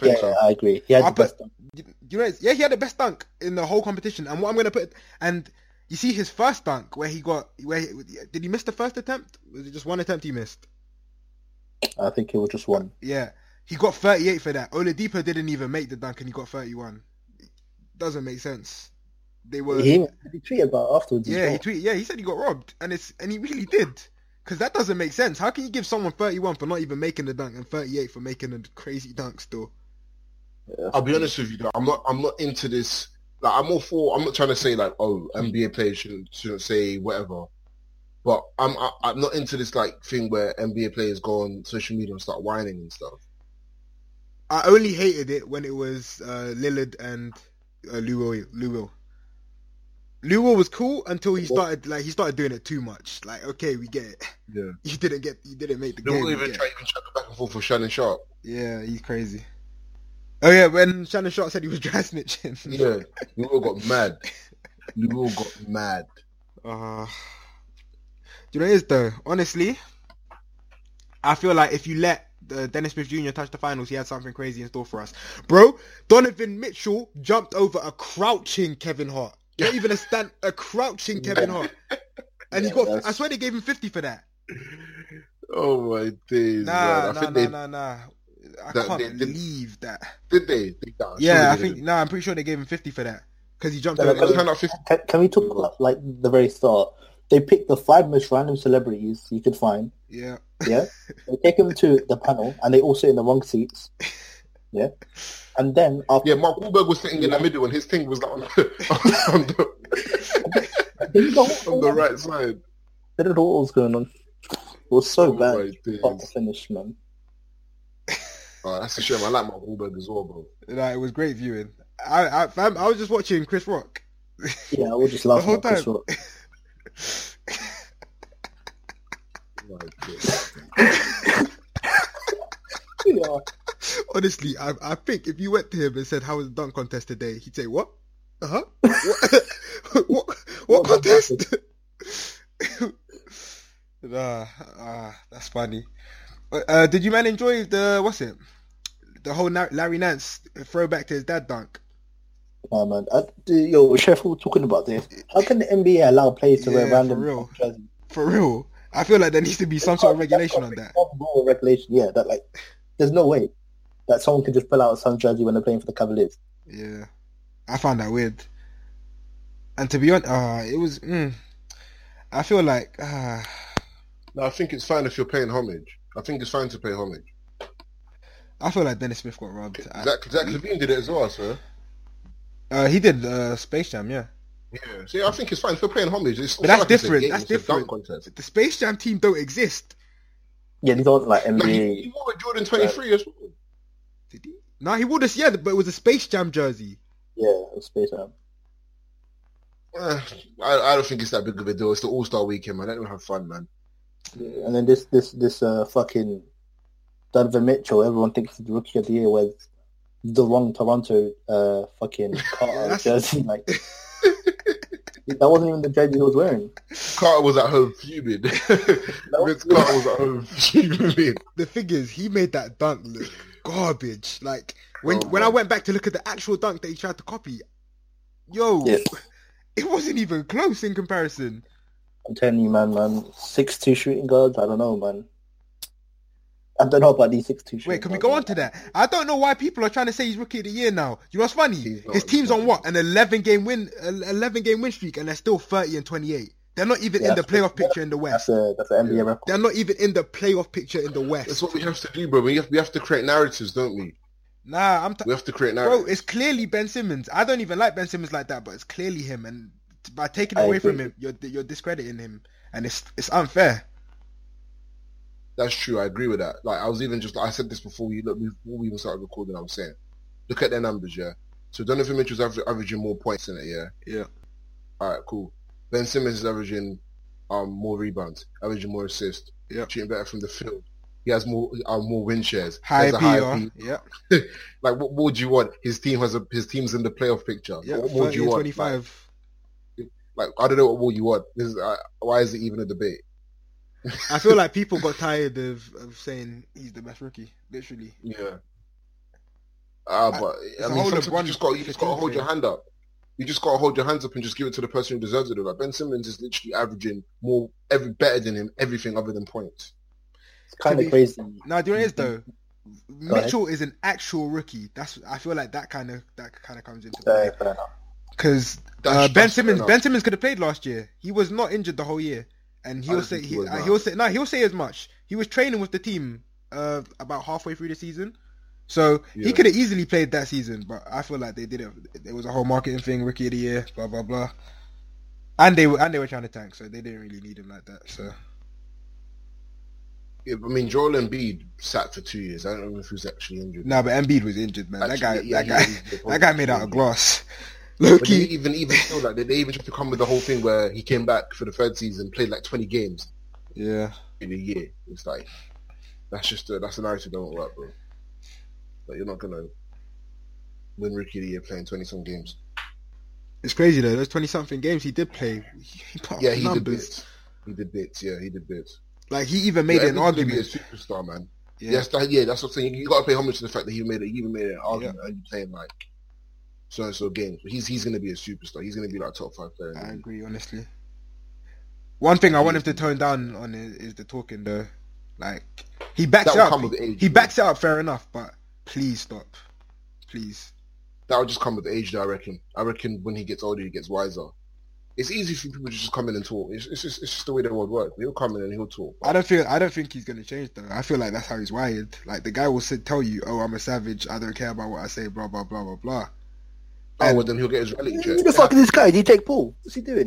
C: Yeah,
B: Think so.
C: I agree. He had
A: I
C: the best dunk.
A: You you know, it's- yeah, he had the best dunk in the whole competition. And what I'm gonna put and you see his first dunk where he got where he, did he miss the first attempt? Was it just one attempt he missed?
C: I think he was just one.
A: Yeah, he got 38 for that. Oladipo didn't even make the dunk and he got 31. Doesn't make sense. They were
C: He was tweeted about afterwards. as
A: yeah,
C: well.
A: he tweeted yeah he said he got robbed and it's and he really did. Because that doesn't make sense. How can you give someone 31 for not even making the dunk and 38 for making a crazy dunk still?
B: I'll be honest with you, though. I'm not. I'm not into this. Like, I'm all for. I'm not trying to say like, oh, NBA players shouldn't, shouldn't say whatever. But I'm. I, I'm not into this like thing where NBA players go on social media and start whining and stuff.
A: I only hated it when it was uh, Lillard and uh, Lou Will. Lou Will. Lou Will was cool until he started like he started doing it too much. Like, okay, we get it.
B: Yeah.
A: You didn't get, you didn't make the
B: They
A: game.
B: won't
A: we
B: even
A: get
B: try even try to go back and forth with Shannon Sharp.
A: it. Yeah, he's crazy. Oh yeah, when Shannon Sharp said he was dry snitching.
B: Yeah, we all got mad. We all got mad.
A: Uh, do you know what it is though? Honestly, I feel like if you let the Dennis Smith Jr. touch the finals, he had something crazy in store for us, bro. Donovan Mitchell jumped over a crouching Kevin Hart. Not even a stand, a crouching Kevin Hart. And he
C: Yeah,
A: got,
C: that's-
A: I swear they gave him 50 for that.
B: Oh my days, man.
A: Nah, nah,
B: I
A: nah,
B: think they
A: nah, nah. I
B: that-
A: can't
B: they didn't-
A: believe that.
B: did they? They- nah, surely
A: yeah, I
B: they
A: think,
B: didn't.
A: nah, I'm pretty sure they gave him 50 for that. Because he jumped
C: No,
A: over
C: no,
B: It
A: the-
B: turned out 50.
C: Can, can we talk about like the very start? They picked the five most random celebrities you could find.
A: Yeah.
C: Yeah, they take them to the panel, and they all sit in the wrong seats. Yeah, and then after
B: Yeah, Mark Wahlberg was sitting in the middle, and his thing was like on, on the,
C: they don't
B: on
A: Oh,
B: the right side.
C: They don't know what was going on. It was so
B: Oh
C: bad.
B: my days.
C: Start to finish, man.
B: Oh, that's a shame. I like Mark Wahlberg as well, bro.
A: Nah, it was great viewing. I, I, fam, I was just watching Chris Rock.
C: Yeah, I was just laughing.
A: whole
C: at Chris
A: time.
C: Rock.
B: My days.
C: Yeah.
A: Honestly, I, I think if you went to him and said, "How was the dunk contest today?" he'd say, "What? Uh huh. what? what? What
C: What
A: contest?" nah, ah, that's funny. Uh, Uh, did you man enjoy the what's it? The whole Na- Larry Nance throwback to his dad dunk.
C: Nah, man. I, dude, yo, Chef, we were talking about this. How can the NBA allow players to wear
A: Yeah,
C: random
A: for real.
C: jerseys?
A: For real, I feel like there needs to be some sort of regulation on that.
C: Some sort of regulation, yeah. That like, there's no way that someone can just pull out some jersey when they're playing for the Cavaliers.
A: Yeah, I found that weird. And to be honest, uh, it was. Mm, I feel like. Uh,
B: No, I think it's fine if you're paying homage. I think it's fine to pay homage.
A: I feel like Dennis Smith got robbed. I-
B: Zach, Zach Levine did it as well, sir.
A: Uh, he did uh, Space Jam, yeah.
B: Yeah. See, I think it's fine if you're paying homage. It's,
A: But that's
B: like it's a
A: different.
B: game,
A: That's
B: it's a dunk
A: different.
B: contest.
A: The Space Jam team don't exist.
C: Yeah, these aren't like
B: Like, he,
C: NBA.
B: he wore a Jordan 23 as well.
A: Did he? No, he wore this, yeah, but it was a Space Jam jersey.
C: Yeah, space out.
B: Eh, I, I don't think it's that big of a deal. It's the All Star Weekend, man. Let them have fun, man.
C: Yeah, And then this, this, this, uh, fucking Donovan Mitchell. Everyone thinks he's the rookie of the year with the wrong Toronto, uh, fucking Carter
A: That's-
C: jersey. Like, that wasn't even the jersey he was wearing.
B: Carter was at home fuming. Vince Carter was at home fuming.
A: The thing is, he made that dunk look garbage. Like when
B: Oh,
A: when I
B: man.
A: went back to look at the actual dunk that he tried to copy, yo,
C: Yeah.
A: it wasn't even close in comparison.
C: I'm telling you, man, man, six two shooting guards. I don't know, man. I don't know about these six two.
A: Wait, can we go on to that? I don't know why people are trying to say he's rookie of the year now. You know what's funny?
B: He's not,
A: His
B: he's
A: team's
B: not.
A: on what an eleven game win, eleven game win streak, and they're still thirty and twenty eight. They're not even
C: Yeah,
A: in the
C: that's-
A: playoff picture in the West.
C: That's a that's an NBA
B: Yeah.
C: record.
A: They're not even in the playoff picture in the
B: That's
A: West.
B: what we have to do, bro. We have, we have to create narratives, don't we?
A: Nah, I'm t-
B: We have to create
A: bro.
B: narratives.
A: It's clearly Ben Simmons. I don't even like Ben Simmons like that, but it's clearly him. And by taking it
C: I
A: away from
C: agree.
A: him, you're you're discrediting him, and it's it's unfair.
B: That's true. I agree with that. Like I was even just I said this before we look before we even started recording. I was saying, look at their numbers, yeah. So Donovan Mitchell's aver- averaging more points in it, yeah.
A: Yeah.
B: All right, cool. Ben Simmons is averaging um more rebounds, averaging more assists,
A: Yeah.
B: shooting better from the field. He has more um, more win shares. He
A: High
B: has a higher
A: PR.
B: P.
A: Yeah.
B: Like what more do you want? His team has a his team's in the playoff picture.
A: Yeah.
B: what more do
A: 30
B: you
A: and
B: want?
A: 25.
B: Like, like, I don't know what more you want. This is, uh, why is it even a debate?
A: I feel like people got tired of, of saying he's the best rookie. Literally.
B: Yeah. Uh,
A: a
B: but I
A: whole
B: mean, sometimes
A: LeBron
B: you just got you just got to hold
A: thing.
B: your hand up. You just got to hold your hands up and just give it to the person who deserves it. Like Ben Simmons is literally averaging more, every better than him, everything other than points.
C: It's kind
A: To
C: of
A: be-
C: crazy.
A: Now, do you know what it is though?
C: Go ahead.
A: Mitchell is an actual rookie. That's I feel like that kind of that kind of comes into
C: Uh,
A: play because
B: That's-
A: Uh, ben
B: that's fair
A: Simmons.
B: enough.
A: Ben Simmons could have played last year. He was not injured the whole year, and he'll
B: don't
A: say
B: think
A: he,
B: he was,
A: uh,
B: no.
A: he'll say no. He'll say as much. He was training with the team uh, about halfway through the season, so he
B: Yeah.
A: could have easily played that season. But I feel like they did it. It was a whole marketing thing, rookie of the year, blah blah blah. And they were and they were trying to tank, so they didn't really need him like that. So
B: Yeah, I mean, Joel Embiid sat for two years. I don't know if he was actually injured.
A: no, but Embiid was injured, man.
B: Actually,
A: that guy,
B: yeah,
A: that
B: he
A: guy,
B: was injured.
A: that guy made out of glass.
B: But they
A: Loki,
B: even even still, like they, they even tried to come with the whole thing where he came back for the third season, played like twenty games
A: yeah.
B: in a year. It's like that's just a, that's a narrative that won't work, bro. Like you're not gonna win rookie of the year playing twenty some games.
A: It's crazy though. Those twenty something games he did play. He put up
B: Yeah, he did
A: numbers.
B: bits. He did bits. Yeah, he did bits.
A: Like he even made an
B: yeah, everyone's gonna be
A: argument.
B: a superstar, man.
A: Yeah.
B: Yes, that, yeah, that's what I'm saying. You, you got to pay homage to the fact that he made it. He even made an argument. And you playing like so and so games. But he's he's going to be a superstar. He's going to be like a top five player. in the
A: I
B: league.
A: agree, honestly. One thing I want him to tone down on is, is the talking, though. Like he backs
B: That
A: it
B: will
A: up.
B: come with age.
A: He
B: though.
A: backs it up, fair enough. But please stop, please.
B: That will just come with age, though, I reckon. I reckon when he gets older, he gets wiser. It's easy for people to just come in and talk. It's, it's just it's just the way the world works. He'll come in and he'll talk.
A: I don't feel. I don't think he's gonna change though. I feel like that's how he's wired. Like the guy will sit, tell you, "Oh, I'm a savage. I don't care about what I say." Blah blah blah blah blah.
B: Oh, well, then he'll get his rally
A: Mm,
B: check.
C: Who the fuck is this guy? Did he take Paul? What's he doing?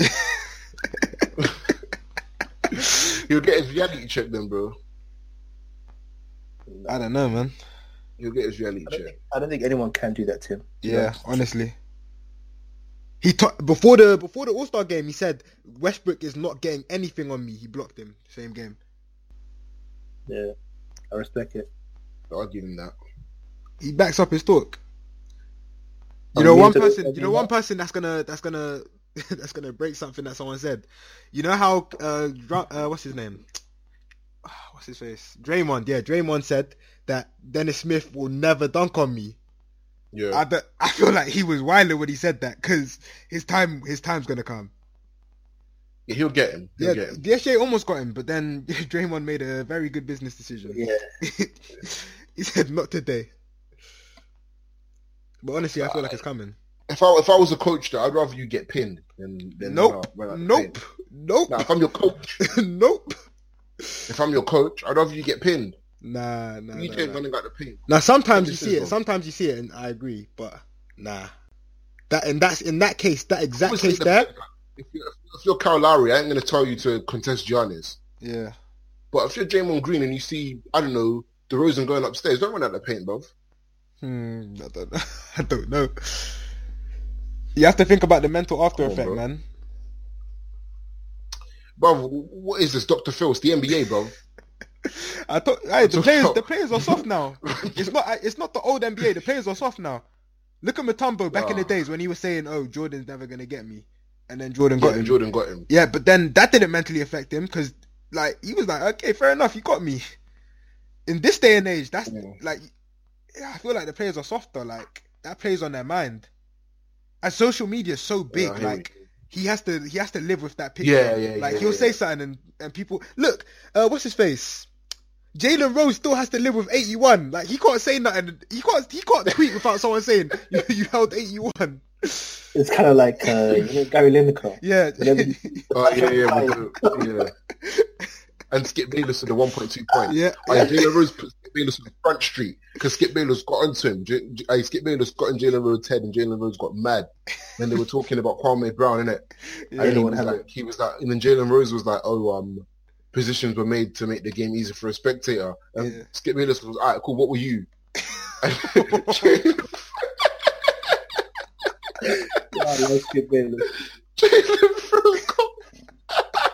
B: He'll get his reality check then, bro.
A: I don't know, man.
B: He'll get his reality
C: I don't,
B: check.
C: think, I don't think anyone can do that to him.
A: Yeah, honestly. He ta- before the before the All Star game, he said Westbrook is not getting anything on me. He blocked him. Same game.
C: Yeah, I respect it.
B: I'll give him that.
A: He backs up his talk. Oh, You
C: I
A: know
C: mean,
A: one
C: the-
A: person. You know one person that's gonna that's gonna that's gonna break something that someone said. You know how uh, Dra- uh what's his name? Ah, What's his face? Draymond. Yeah, Draymond said that Dennis Smith will never dunk on me.
B: Yeah.
A: I, bet I feel like he was wilding when he said that because his time his time's gonna come.
B: yeah he'll get him. He'll
A: Yeah,
B: get him.
A: the SJ almost got him, but then Draymond made a very good business decision.
C: Yeah,
A: he said, "Not today." But honestly, I feel like it's coming.
B: If I, if I was a coach, though, I'd rather you get pinned than... than uh,
A: Nope,
B: run out the
A: nope,
B: paint.
A: nope,
B: Nah, if I'm your coach,
A: nope.
B: if I'm your coach, I'd rather you get pinned.
A: Nah, nah,
B: you
A: nah.
B: ain't
A: nah.
B: running out the paint.
A: Now sometimes you
B: This
A: see
B: is
A: it,
B: wrong.
A: sometimes you see it, and I agree. But nah, that and that's in that case, that exact
B: Obviously,
A: case
B: the-
A: there.
B: If you're, if you're Kyle Lowry, I ain't going to tell you to contest Giannis.
A: Yeah,
B: But if you're Draymond Green and you see, I don't know, DeRozan going upstairs, don't run out the paint, bruv.
A: hmm, I don't know. I don't know. You have to think about the mental after
B: Come on,
A: effect,
B: bro.
A: man.
B: Bruv, what is this, Dr. Phil? It's the NBA, bruv.
A: I thought hey, the
B: So-
A: players the players are soft now. It's not it's not the old NBA. The players are soft now. Look at Matumbo back in the
B: Ah.
A: days when he was saying, "Oh, Jordan's never gonna get me," and then Jordan got
B: Got
A: him.
B: Jordan got him.
A: Yeah, but then that didn't mentally affect him because like he was like, "Okay, fair enough, you got me." In this day and age, that's
B: Yeah.
A: like, yeah, I feel like the players are softer. Like that plays on their mind. And social media is so big,
B: Yeah, I hear
A: like
B: you.
A: he has to he has to live with that picture.
B: Yeah, yeah,
A: Like
B: yeah,
A: he'll
B: yeah.
A: say something and, and people look, uh what's his face? Jalen Rose still has to live with eighty one. Like he can't say nothing. He can't he can't tweet without someone saying you, you held eighty one.
C: it's kind of like uh, you know, Gary Lineker.
A: Yeah.
C: Whenever-
B: Oh, yeah, yeah, we do. yeah. And Skip Bayless with the 1.2 point.
A: yeah.
B: I Jalen Rose put Skip Bayless on front street because Skip Bayless got onto him. J- J- aye, Skip Bayless got in Jalen Rose's head and Jalen Rose got mad. Then they were talking about Kwame Brown, innit?
A: Yeah.
B: And he
C: Anyone
B: was
C: have
B: like, he was like, and then Jalen Rose was like, oh, um, positions were made to make the game easier for a spectator. And
A: Yeah.
B: Skip Bayless was, all right, cool, what were you?
C: Yeah, I like Skip Bayless.
B: Jalen Rose got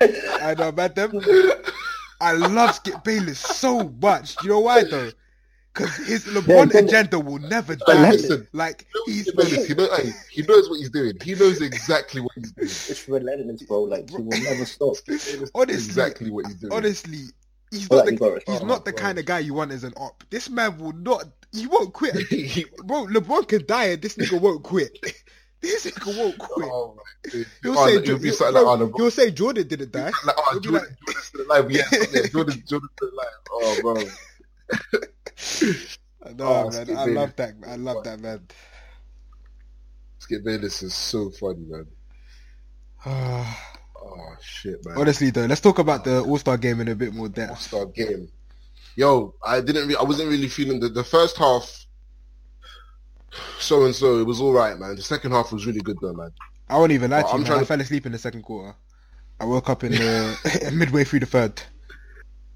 A: I know about them. I love Skip Bayless so much. Do you know why though? Because his LeBron
C: Yeah,
A: agenda will never
B: Hey,
A: die.
B: listen.
A: Like he's
B: Skip Bayless. He, know, aye, he knows what he's doing. He knows exactly what he's doing.
C: It's relentless, bro. Like he will never stop.
A: honestly
B: Exactly what he's doing.
A: honestly, he's
C: Well,
A: not
C: that you got
A: the,
C: it.
A: he's
B: Oh,
A: not the
B: well.
A: kind of guy you want as an op. This man will not. He won't quit.
B: He-
A: Bro, LeBron can die and this nigga won't quit. this nigga won't quit.
B: Oh, my dude.
A: He'll
B: Oh,
A: say,
B: look, it'll
A: Jor-
B: be
A: he'll-
B: something like,
A: bro,
B: oh, no, bro.
A: he'll say Jordan didn't die.
B: Like, oh,
A: He'll be
B: Jordan, Jordan's still alive. Yeah, yeah, Jordan, Jordan's still alive. Oh, bro.
A: No,
B: Oh,
A: man,
B: Skip
A: I
B: Bayless.
A: love that. I love that man.
B: Skip Bayless is so funny, man. Oh, shit, man.
A: Honestly, though, let's talk about the All Star game in a bit more depth.
B: All-star game. Yo, I didn't. Re- I wasn't really feeling the the first half. So and so, it was all right, man. The second half was really good, though, man.
A: I won't even lie
B: Well,
A: to you.
B: I'm
A: man,
B: trying
A: I
B: to-
A: fell asleep in the second quarter. I woke up in the midway through the third.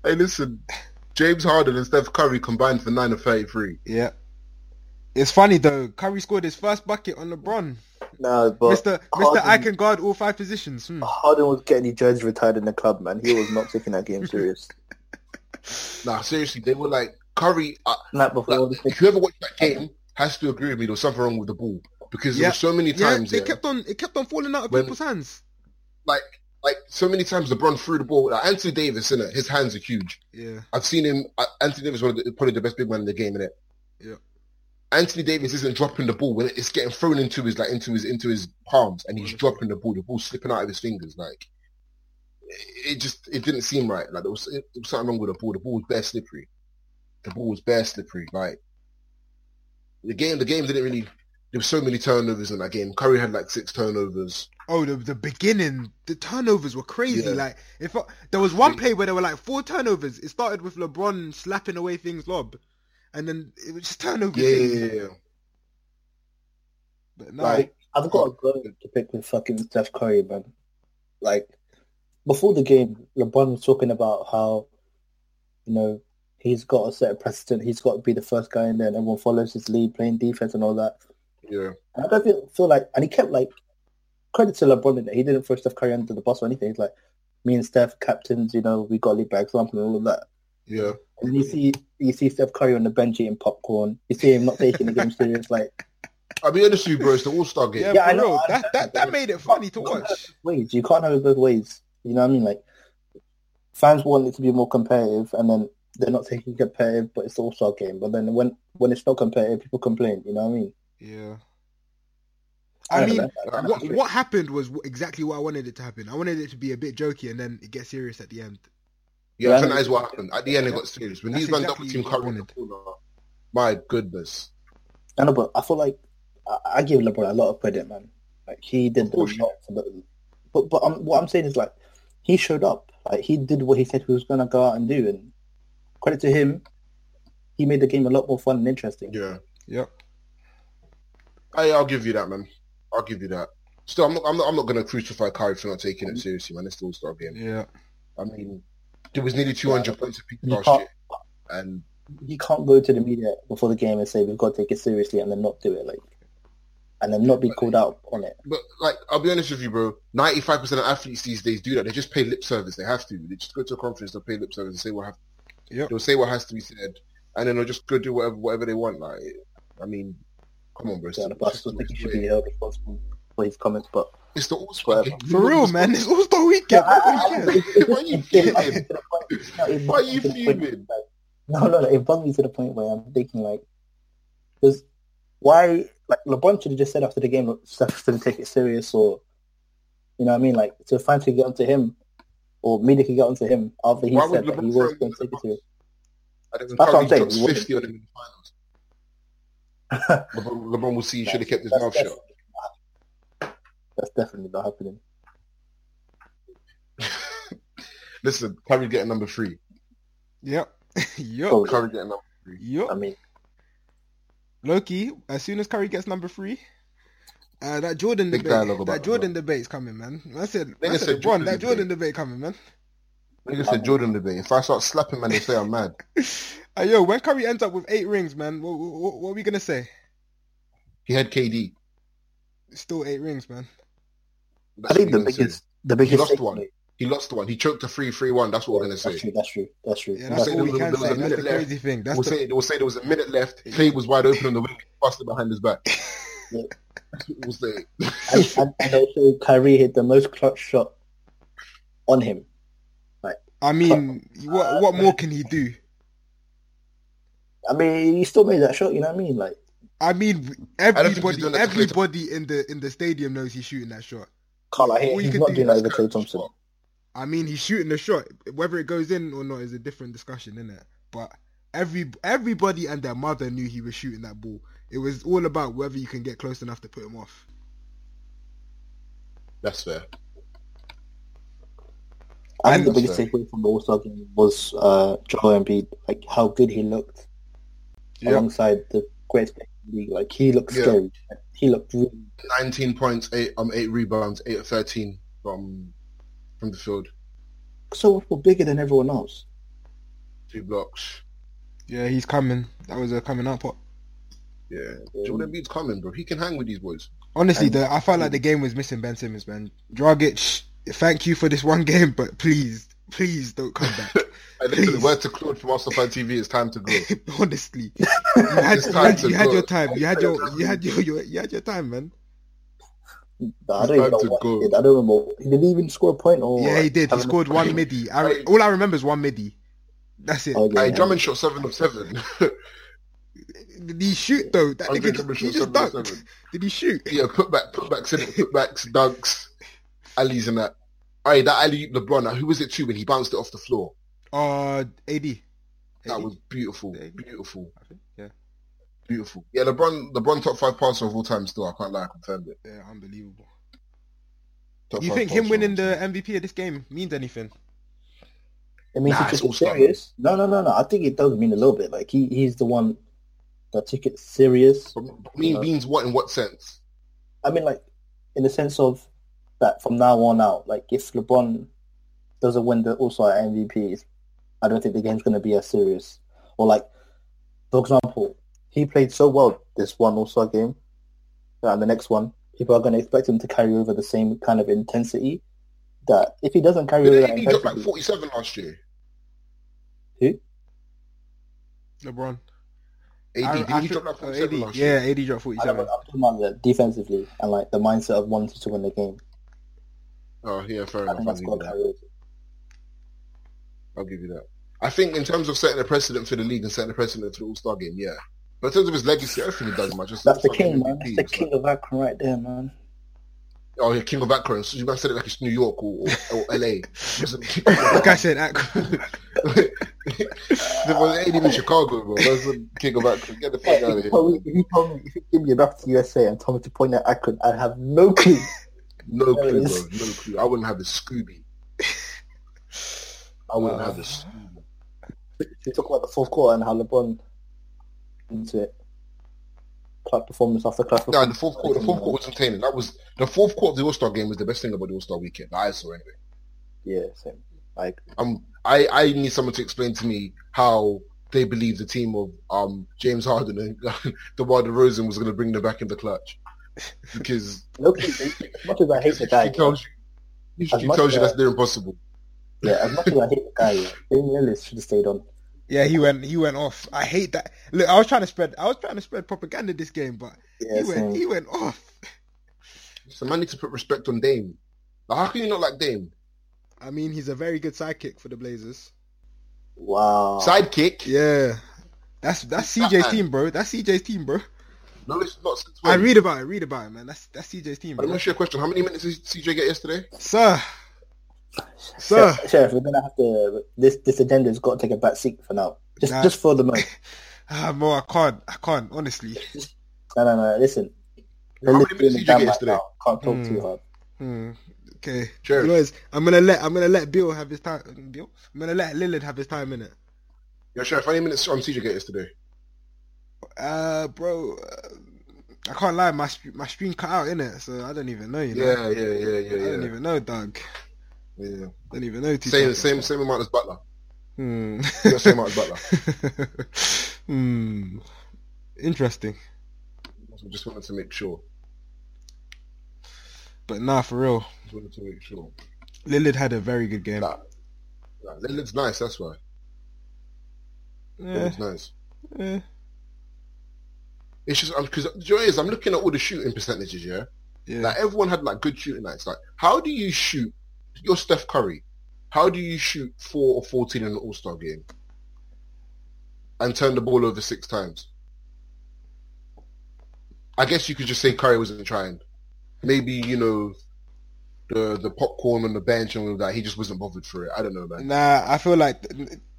B: Hey, listen, James Harden and Steph Curry combined for nine of thirty-three.
A: Yeah. It's funny though. Curry scored his first bucket on LeBron.
C: No, but
A: Mr. Mr.
C: Harden-
A: I can guard all five positions. Hmm.
C: Harden was getting the judge retired in the club, man. He was not taking that game serious.
B: Nah, seriously, they were like Curry. Uh,
C: Night before,
B: like,
C: the-
B: if you ever watched that game, has to agree with me. There was something wrong with the ball because there
A: Yeah.
B: were so many
A: Yeah,
B: times
A: they
B: there.
A: kept on. It kept on falling out of
B: When-
A: people's hands.
B: like like so many times LeBron threw the ball. Like Anthony Davis, innit? His hands are huge.
A: Yeah.
B: I've seen him. uh, Anthony Davis is one of the, probably the best big man in the game, innit?
A: Yeah.
B: Anthony Davis isn't dropping the ball when it's getting thrown into his like into his into his palms, and he's dropping the ball. The ball slipping out of his fingers. Like it it just it didn't seem right. Like there was, it, there was something wrong with the ball. The ball was bare slippery. The ball was bare slippery. Like the game, the game didn't really. There were so many turnovers in that game. Curry had like six turnovers.
A: Oh, the the beginning, the turnovers were crazy.
B: Yeah.
A: Like if I, there was one play where there were like four turnovers. It started with LeBron slapping away things lob, and then it was just turnovers.
B: Yeah, yeah, yeah, yeah.
A: But no,
C: Like, I've got a bone to pick with fucking Steph Curry, man. Like, before the game, LeBron was talking about how, you know, he's got a certain precedent. He's got to be the first guy in there, and everyone follows his lead, playing defense and all that.
B: yeah.
C: And I don't feel, feel like, and he kept like credit to LeBron in that he didn't throw Steph Curry under the bus or anything. He's like, me and Steph, captains, you know, we got to lead by example and all of that.
B: Yeah,
C: And you see, you see Steph Curry on the bench eating popcorn. You see him not taking the game serious. Like,
B: I'll be honest with you, bro. It's the All Star game.
A: yeah,
B: Yeah,
C: Yeah, I
A: for
C: know,
A: real,
C: I-
A: that, that that made it funny to watch.
C: ways. You can't have it both ways. You know what I mean? Like fans want it to be more competitive, and then they're not taking competitive, but it's the All Star game. But then when when it's not competitive, people complain. You know what I mean?
A: Yeah. I
C: don't
A: mean,
C: know, that- that-
A: what
C: that's
A: what happened was wh- exactly what I wanted it to happen. I wanted it to be a bit jokey, and then it gets serious at the end.
B: I think that is what happened. At the end, it got serious. When
A: That's
B: these men
A: exactly
B: double team
A: what I
B: Curry in the corner, my goodness.
C: I know, but I feel like I, I give LeBron a lot of credit, man. Like he did
B: Of
C: a lot
B: course.
C: for the, but but um, what I'm saying is like he showed up. Like he did what he said he was gonna go out and do, and credit to him, he made the game a lot more fun and interesting.
B: Yeah,
A: Yep.
B: I, I'll give you that, man. I'll give you that. Still, I'm not. I'm not, I'm not going to crucify Curry for not taking it seriously, man. It's the All Star game.
A: Yeah.
B: I mean, there was nearly 200 points of people
C: You
B: last
C: can't-
B: year, and
C: you can't go to the media before the game and say we've got to take it seriously and then not do it like and then not be called out on it
B: but like, I'll be honest with you, bro. 95 percent of athletes these days do that. They just pay lip service. They have to. They just go to a conference. They'll pay lip service and say what have.
A: Yep.
B: They'll say what has to be said, and then they'll just go do whatever whatever they want. Like, I mean, come on, bro. It's,
C: so
B: the-
C: but I still think he should be held responsible for his comments but
B: it's the All Star game.
A: For real, man. It's All Star Weekend.
C: Yeah,
A: That's
C: I-
A: what we can.
B: Why are you fuming? Why
C: why
B: are you fuming?
C: no no no, it bugged me to the point where I'm thinking like because why like LeBron should have just said after the game "Look, Steph didn't take it serious or you know what I mean like so fans could get onto him or media could get onto him after he
B: Why would
C: said that
B: LeBron
C: he was
B: throw him
C: going
B: in
C: to take
B: the
C: it serious
B: I think
C: That's what
B: Curry
C: I'm saying.
B: drops
C: He wouldn't.
B: 50 on him in the finals. LeBron, LeBron will see he should have kept his
C: That's
B: mouth shut.
C: definitely not- That's definitely not happening.
B: Listen, Curry getting number three.
A: Yep. Yep.
C: Probably.
B: Curry getting number
A: Yep.
B: Um,
C: I mean,
A: Loki, as soon as Curry gets number three, uh, that Jordan
B: Big dialogue
A: debate,
B: about
A: that
B: that,
A: Jordan debate's coming, man. I said,
B: Nigga
A: I
B: said
A: said,
B: Jordan
A: LeBron, that
B: debate.
A: Jordan debate coming, man.
B: three. Nigga
C: Um,
B: said Jordan debate. If I start slapping man, they say I'm mad.
A: Uh, yo, when Curry ends up with eight rings, man, what, what, what are we gonna say?
B: He had KD.
A: Still eight rings, man.
C: I
B: That's
C: think
B: what
C: the
B: we're gonna say.
C: biggest, the biggest
B: lost
C: takeaway-
B: one. He lost one. He choked a 3-3-1. That's what we're going to
C: That's
B: say.
C: true. That's true. That's true.
A: Yeah, that's
B: say
A: all
B: there
A: we
B: was-
A: can
B: there was
A: say. That's the
B: a minute left.
A: crazy thing. That's
B: We'll
A: the
B: say, we'll say there was a minute left. Clay was wide open on the wing. Passed it behind his back.
C: Yeah.
B: That's what we'll say.
C: and, and, and also, Kyrie hit the most clutch shot on him.
A: I mean, what what more can he do?
C: I mean, he still made that shot. You know what I mean? Like,
A: I mean,
B: don't think
A: everybody
B: he's doing that to Klay
A: everybody in the in the stadium knows he's shooting that shot.
C: Carl, I hear
A: All you
C: he's
A: can
C: not
A: do
C: doing
A: is
C: that over Clay Thompson.
A: I mean, he's shooting the shot. Whether it goes in or not is a different discussion, isn't it? But every everybody and their mother knew he was shooting that ball. It was all about whether you can get close enough to put him off.
B: That's fair.
C: I think the
A: And-
C: biggest takeaway from the All Star game was uh, Joel Embiid, like how good he looked
A: Yeah.
C: alongside the greatest player in the league. Like, he looked
B: Yeah.
C: scary. He looked really
B: 19 points, eight um eight rebounds, eight of 13 from from the field,
C: so much more bigger than everyone else.
B: two blocks.
A: Yeah, he's coming. That was a coming up. pop.
B: Yeah, Jordan Embiid's coming, bro. He can hang with these boys.
A: Honestly,
C: And-
A: though, I felt like the game was missing Ben Simmons, man. Dragic, thank you for this one game, but please, please don't come back.
B: And listen, the
A: Please.
B: word to Claude from Arsenal Fan TV is time to go.
A: Honestly, you had,
B: It's
A: you
B: time
A: had,
B: to
A: you had
B: go.
A: your time. You had your you had your, your you had your time, man.
C: I don't even
B: time
C: know
B: to
C: what
B: go.
C: he did. I don't remember. He didn't even score a point or
A: yeah, he did. He
C: Having-
A: scored one midi. I re- all I remember is one midi. That's it.
C: Oh, yeah.
B: Hey, Drummond shot seven of seven.
A: Did he shoot though? That
B: Andre
A: nigga
B: Drummond
A: just,
B: shot
A: he just
B: seven of
A: dunked.
B: seven.
A: Did he shoot?
B: Yeah, put back, put back, put backs, dunks, alleys and that. All right, that alley LeBron. Now, who was it to when he bounced it off the floor?
A: Uh, AD.
B: That
A: AD?
B: was beautiful,
A: Yeah.
B: beautiful,
A: I think. Yeah.
B: beautiful. Yeah, LeBron, LeBron top five passer of all time. Still, I can't lie, I confirmed it.
A: Yeah, unbelievable.
B: Top
A: you
B: five
A: think him
B: passer
A: winning
B: of all
A: the MVP of this game means anything?
C: I mean,
B: Nah,
C: he
B: it's
C: took
B: all
C: it serious. No, no, no, no. I think it does mean a little bit. Like he, he's the one that took it serious.
B: time. But mean
A: Uh,
C: Yeah.
B: means what in what sense?
C: I mean, like in the sense of that from now on out, like if LeBron doesn't win the also MVP, it's- I don't think the game's going to be as serious. Or like, for example, he played so well this one also game, and the next one, people are going to expect him to carry over the same kind of intensity. That if he doesn't carry over
B: Did
C: that
B: AD drop
C: intensity,
B: like forty-seven last year?
C: who?
A: LeBron.
B: AD,
A: I-
B: didn't
A: I
B: he
A: think-
B: drop like
A: oh,
B: forty-seven
A: AD.
B: last year?
A: Yeah, AD dropped
C: I don't know,
A: 47.
C: I'm talking about the defensively and like the mindset of wanting to win the game.
B: Oh, yeah, fair
C: I
B: enough.
C: think
B: I'll
C: that's
B: give,
C: got
B: you
C: to
B: that.
C: carry over.
B: I'll give you that. I think in terms of setting a precedent for the league and setting a precedent for the All-Star game, yeah. But in terms of his legacy, I don't think he does much. It's
C: That's the
B: All-Star
C: king,
B: game
C: man. That's
B: MVP,
C: the
B: it's like-
C: king of Akron right there, man.
B: Oh, yeah, King of Akron. So you guys said it like it's New York or, or, or LA.
A: Like I said, Akron.
B: there was ain't even Chicago, bro. That's the King of Akron. Get the fuck out of
C: if,
B: here.
C: you told me, if you told me, if you give me a map to USA and told me to point at Akron, I'd have no clue.
B: No clue, bro. No clue. I wouldn't have a Scooby. I wouldn't have a
C: Uh,
B: Scooby.
C: you talk about the fourth quarter and how LeBron into it. Clutch performance after clutch
B: Nah, the
C: performance.
B: fourth quarter, the fourth quarter was entertaining. That was the fourth quarter of the All Star game was the best thing about the All Star weekend. that I saw anyway.
C: Yeah, same. Like,
B: um, I, I need someone to explain to me how they believe the team of um, James Harden and DeMar DeRozan was going to bring them back in the clutch. Because
C: no clue. As much as I hate the guy,
B: he tells you, he
C: As much
B: tells you
C: as-
B: that's near impossible.
C: yeah, as much as I hate the guy, yeah, Damian Ellis should have stayed on.
A: yeah, he went. He went off. I hate that. Look, I was trying to spread. I was trying to spread propaganda this game, but
C: Yeah,
A: he went.
C: same.
A: He went off.
B: So man need to put respect on Dame. Like, how can you not like Dame?
A: I mean, he's a very good sidekick for the Blazers.
C: Wow.
B: Sidekick?
A: Yeah, that's that's CJ's team, bro. That's CJ's team, bro.
B: No, it's not. Since
A: I
B: when?
A: read about it. Read about it, man. That's that's CJ's team,
B: But I'm
A: bro.
B: going to you a question. How many minutes did CJ get yesterday?
A: Sir, sir.
C: Sheriff, Sheriff, we're gonna have to. This this agenda's got to take a back seat for now. Just
A: Nah.
C: just for the moment.
A: Ah, Mo, I can't. I can't. Honestly.
C: No, no, no. Listen.
B: How many
C: Listen,
B: minutes did you
C: damn
B: get
C: right
B: yesterday?
C: now, Can't talk
A: Hmm.
C: too hard.
A: Hmm. Okay.
B: Sure.
A: You know, it's- I'm gonna let I'm gonna let Bill have his time. Bill. I'm gonna let Lillard have his time in it.
B: Yeah, Sheriff, how many minutes um, CJ get yesterday?
A: Uh, bro. Uh, I can't lie. My stre- my stream cut out in it, so I don't even know. You know.
B: Yeah, yeah, yeah,
A: I
B: yeah,
A: don't
B: yeah.
A: even know, Doug.
B: yeah.
A: Don't even know.
B: Same, same, same amount as Butler.
A: Hmm.
B: Yeah, same amount as Butler.
A: hmm. Interesting.
B: So just wanted to make sure.
A: But nah, for real,
B: Just wanted to make sure.
A: Lillard had a very good game.
B: Nah. Nah, Lillard's nice, that's why.
A: Eh,
B: Lillard's nice.
A: eh.
B: It's just because the joy is I'm looking at all the shooting percentages, yeah?
A: Yeah.
B: Like everyone had like good shooting nights. Like how do you shoot you're Steph Curry? How do you shoot four or fourteen in an all star game? And turn the ball over six times? I guess you could just say Curry wasn't trying. Maybe, you know, the the popcorn on the bench and all that, he just wasn't bothered for it. I don't know, man.
A: Nah, I feel like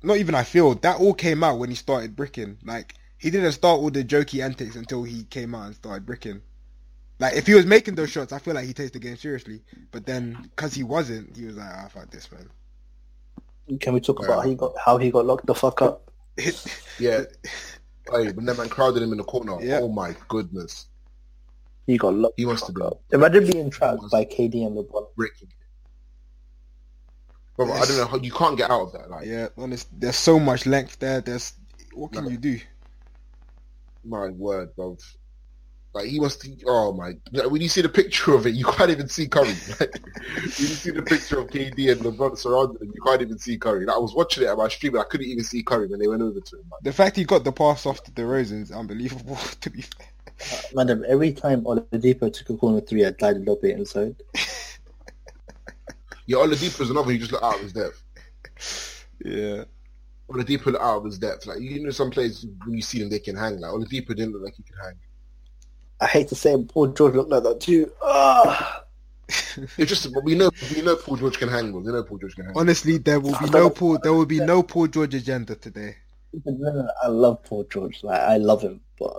A: not even I feel that all came out when he started bricking. Like he didn't start all the jokey antics until he came out and started bricking. Like if he was making those shots, I feel like he takes the game seriously. But then because he wasn't, he was like, "Ah, fuck this, man."
C: Can we talk
B: Fair
C: about how he got how he got locked the fuck up?
B: Yeah. hey, when that man crowded him in the corner,
A: Yeah.
B: oh my goodness.
C: He got locked.
B: He
C: the
B: must have
C: fuck
B: been
C: up. Imagine being trapped by KD and LeBron.
B: breaking it. Bro, I don't know how you can't get out of that. Like,
A: yeah, honest. There's so much length there. There's what can
B: Nah.
A: you do?
B: my word, bro. Like he must. Oh my! Like, when you see the picture of it, you can't even see Curry. Like, when you see the picture of KD and LeBron surrounding him, you can't even see Curry. Like, I was watching it at my stream, and I couldn't even see Curry when they went over to him. Like,
A: The fact he got the pass off to DeRozan is unbelievable. To be fair,
C: Madam, every time Oladipo took a corner three, I died a little bit inside.
B: Yeah, Oladipo's another one who just looked out of his depth.
A: Yeah.
B: Oladipo looked out of his depth. Like you know, some players when you see them, they can hang. Like Oladipo didn't look like he could hang.
C: I hate to say it, Paul George looked like that too. Ah,
B: It's just but we know we know Paul George can hang. Well, we know Paul George can hang.
A: Honestly, there will be no Paul. There will be no Paul George agenda today.
C: But no, no, I love Paul George. Like I love him, but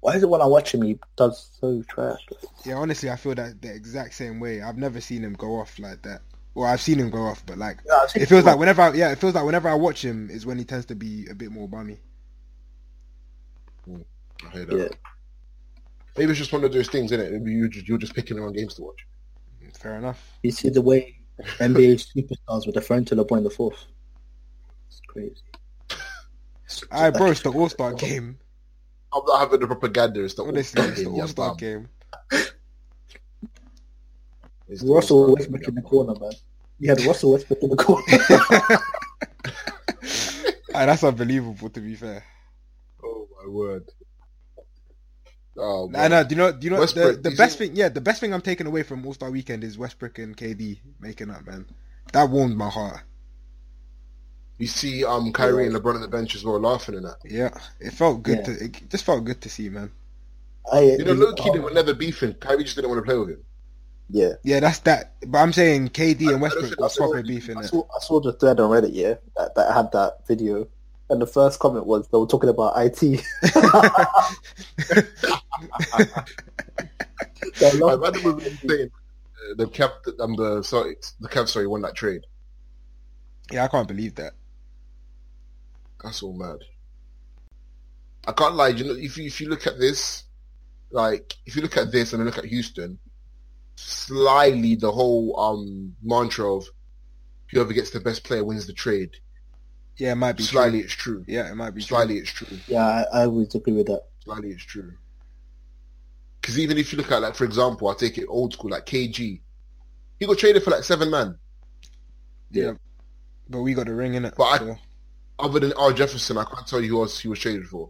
C: why is it when I watch him he does so trash?
A: Yeah, honestly, I feel that the exact same way. I've never seen him go off like that. Well, I've seen him go off, but like
C: Yeah, I've seen
A: it feels
C: him-
A: like whenever I, yeah, it feels like whenever I watch him is when he tends to be a bit more bummy.
B: I hear that.
C: Yeah.
B: Maybe it's just one of those things, isn't it? Maybe you just, you're just picking the wrong games to watch.
A: Fair enough.
C: You see the way NBA superstars were referring to LeBron in the fourth. It's crazy.
A: All right, bro, it's the All Star game.
B: I'm not having the propaganda. It's the
A: Honestly,
B: All-Star
A: it's the
B: game, yeah,
A: All Star
B: bam.
A: game.
B: It's the
C: Russell
B: All-Star game,
C: Westbrook
B: yeah,
C: in the
B: bam.
C: corner, man. You had Russell Westbrook in the corner.
A: Aye, that's unbelievable. To be fair,
B: Oh my word. Oh,
A: I
B: man.
A: know. Do you know? Do you know the,
B: Westbrook,
A: the
B: he's
A: best
B: in-
A: thing? Yeah, the best thing I'm taking away from All Star Weekend is Westbrook and KD making up, man. That warmed my heart.
B: You see, um, Kyrie and LeBron at the bench as well, laughing and that.
A: Yeah, it felt good.
C: Yeah.
A: To, it just felt good to see, man.
C: I,
B: You know, low key they were never beefing. Kyrie just didn't want to play with him.
C: yeah.
A: Yeah, that's that. But I'm saying KD and
B: I- I don't
A: Westbrook
B: think
A: was
B: that's all
A: proper
B: you-
A: beef in
C: I
A: it.
C: saw, I saw the thread on Reddit, yeah, that, that had that video. And the first comment was they were talking about IT. They
B: I
C: love-
B: remember we were saying uh, the Cav, um, the Celtics, the Cavs, sorry, won that trade.
A: Yeah, I can't believe that.
B: That's all mad. I can't lie. You know, if you if you look at this, like if you look at this and then look at Houston, slyly the whole um mantra of whoever gets the best player wins the trade.
A: Yeah, it might be
B: Slyly,
A: true.
B: it's true.
A: Yeah, it might be true.
B: Slyly, it's true.
C: yeah, I, I would agree with that.
B: Slightly, it's true. Because even if you look at, like, for example, I take it old school, like KG, he got traded for like seven man.
A: Yeah. but we got the ring in it.
B: But I-
A: so.
B: Other than R Jefferson, I can't tell you who else he was traded for.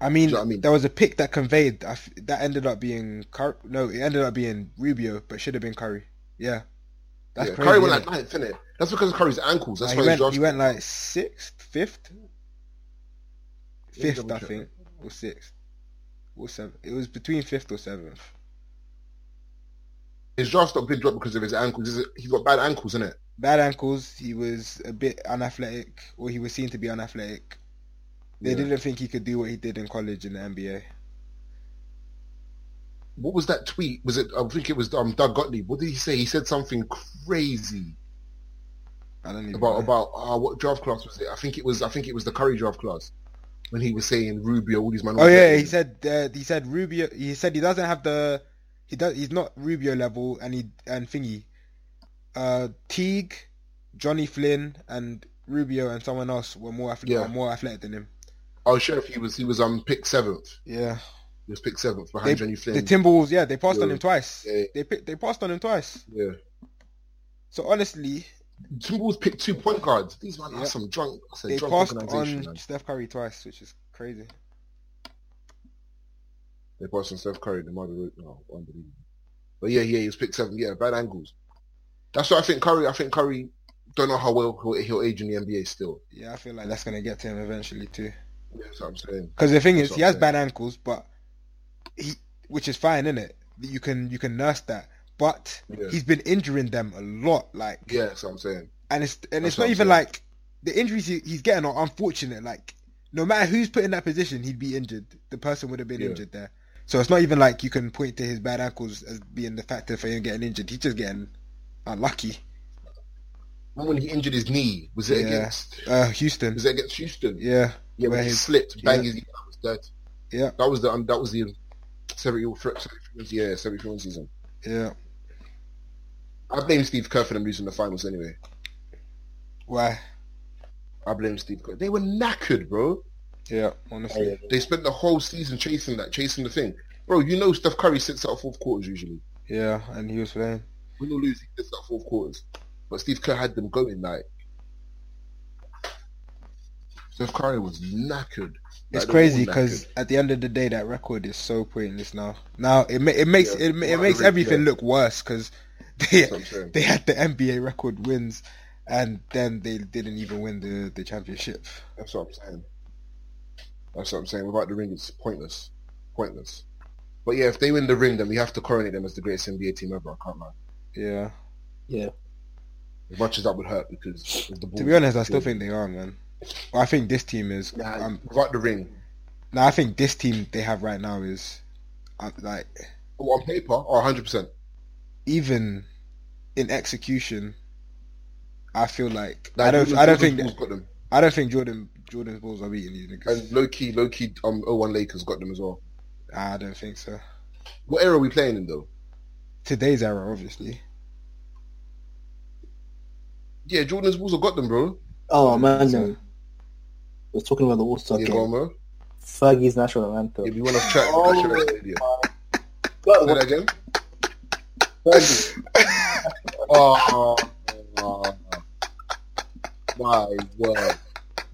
A: I mean,
B: Do you know what I mean?
A: there was a pick that conveyed I f- that ended up being Cur- no, it ended up being Rubio, but should have been Curry. Yeah, that's
B: yeah,
A: crazy.
B: Curry went like
A: innit?
B: ninth, innit? That's because of Curry's ankles. That's
A: Like,
B: why
A: he
B: he's
A: went,
B: drafted.
A: he went like sixth, fifth,
B: Let me
A: fifth,
B: double
A: I
B: check.
A: think, or sixth, or seventh. It was between fifth or seventh.
B: His draft stock did drop because of his ankles. He's- He's got bad ankles, innit?
A: Bad ankles. He was a bit unathletic, or he was seen to be unathletic. They
B: Yeah.
A: didn't think he could do what he did in college in the NBA.
B: What was that tweet? Was it? I think it was um, Doug Gottlieb. What did he say? He said something crazy
A: I don't even know.
B: about about uh, what draft class was it? I think it was. I think it was the Curry draft class when he was saying Rubio, all these man.
A: Oh yeah, he said uh, he said Rubio. He said he doesn't have the he does he's not Rubio level and he and thingy, uh, Teague, Johnny Flynn and Rubio and someone else were more athletic,
B: Yeah.
A: were more athletic than him.
B: I was sure if Oh, he was he was um picked seventh.
A: Yeah,
B: He was picked seventh
A: they,
B: behind Johnny Flynn.
A: the Timberwolves. Yeah, they passed on
B: Yeah.
A: him twice.
B: Yeah.
A: They picked, they passed on him twice.
B: yeah.
A: So honestly,
B: Timberwolves picked two point guards. These man
A: Yeah.
B: are some drunk. That's a
A: they
B: drunk
A: passed
B: organization.
A: on
B: man.
A: Steph Curry twice, which is crazy.
B: They passed on Steph Curry, the mother. No, unbelievable. But yeah, yeah, he was picked seventh. Yeah, bad angles. That's why I think Curry. I think Curry. Don't know how well he'll, he'll age in the NBA still.
A: Yeah, I feel like that's gonna get to him eventually too.
B: That's what I'm saying.
A: Because the thing is,
B: That's
A: he has
B: what I'm
A: bad ankles, but he, which is fine, isn't it? You can you can nurse that, but
B: Yeah.
A: he's been injuring them a lot, like,
B: Yeah, that's what I'm saying.
A: and it's and
B: That's
A: it's
B: what
A: not
B: I'm
A: even
B: saying.
A: like the injuries he, he's getting are unfortunate. Like, no matter who's put in that position, he'd be injured. The person would have been
B: Yeah.
A: injured there. So it's not even like you can point to his bad ankles as being the factor for him getting injured. He's just getting unlucky.
B: Remember when he injured his knee? Was it
A: Yeah.
B: against?
A: Uh, Houston.
B: Was it against Houston?
A: Yeah,
B: Yeah, when
A: where
B: he
A: his-
B: slipped, bang
A: yeah.
B: his knee, that was dead.
A: Yeah.
B: That was the um, that was the seventy yeah seventy one season.
A: yeah.
B: I blame Steve Kerr for them losing the finals anyway.
A: Why?
B: I blame Steve Kerr. They were knackered, bro.
A: Yeah, honestly.
B: They spent the whole season chasing that, chasing the thing. Bro, you know Steph Curry sits out fourth quarters usually.
A: Yeah, and he was playing.
B: Win or lose, he sits out fourth quarters. But Steve Kerr had them going like Steph Curry was knackered.
A: It's
B: Like, they were
A: crazy
B: knackered.
A: because at the end of the day, that record is so pointless now. Now it ma- it makes
B: Yeah,
A: it, ma-
B: well,
A: it
B: I
A: makes
B: agree,
A: everything
B: yeah.
A: look worse because they
B: That's what I'm saying.
A: they had the NBA record wins, and then they didn't even win the the championship.
B: That's what I'm saying. That's what I'm saying. Without the ring, it's pointless. Pointless. But yeah, if they win the ring, then we have to coronate them as the greatest NBA team ever. I can't lie.
A: Yeah.
B: As much as that would hurt, because of the
A: To be honest, I still think they are, man. Well, I think this team is.
B: Nah,
A: Um,
B: without the ring,
A: no, I think this team they have right now is, uh, like,
B: oh, on paper, or 100. percent
A: even in execution. I feel like
B: Like,
A: I don't.
B: Jordan-
A: I don't
B: Jordan
A: think.
B: Poole's got them,
A: I don't think Jordan. Jordan's balls are beating these niggas.
B: and low key, low key, um, 01 Lakers got them as well.
A: I don't think so.
B: What era are we playing in though?
A: Today's era, obviously.
B: Yeah, Jordan's Bulls have got them, bro.
C: Oh man,
A: So-
C: we're talking about the All Star
B: Yeah,
C: game.
B: go on, bro.
C: Fergie's national anthem.
B: If you want to chat,
C: Oh,
B: national anthem, yeah.
C: But
B: Say
C: what
B: that again.
C: Fergie?
B: Oh, my word,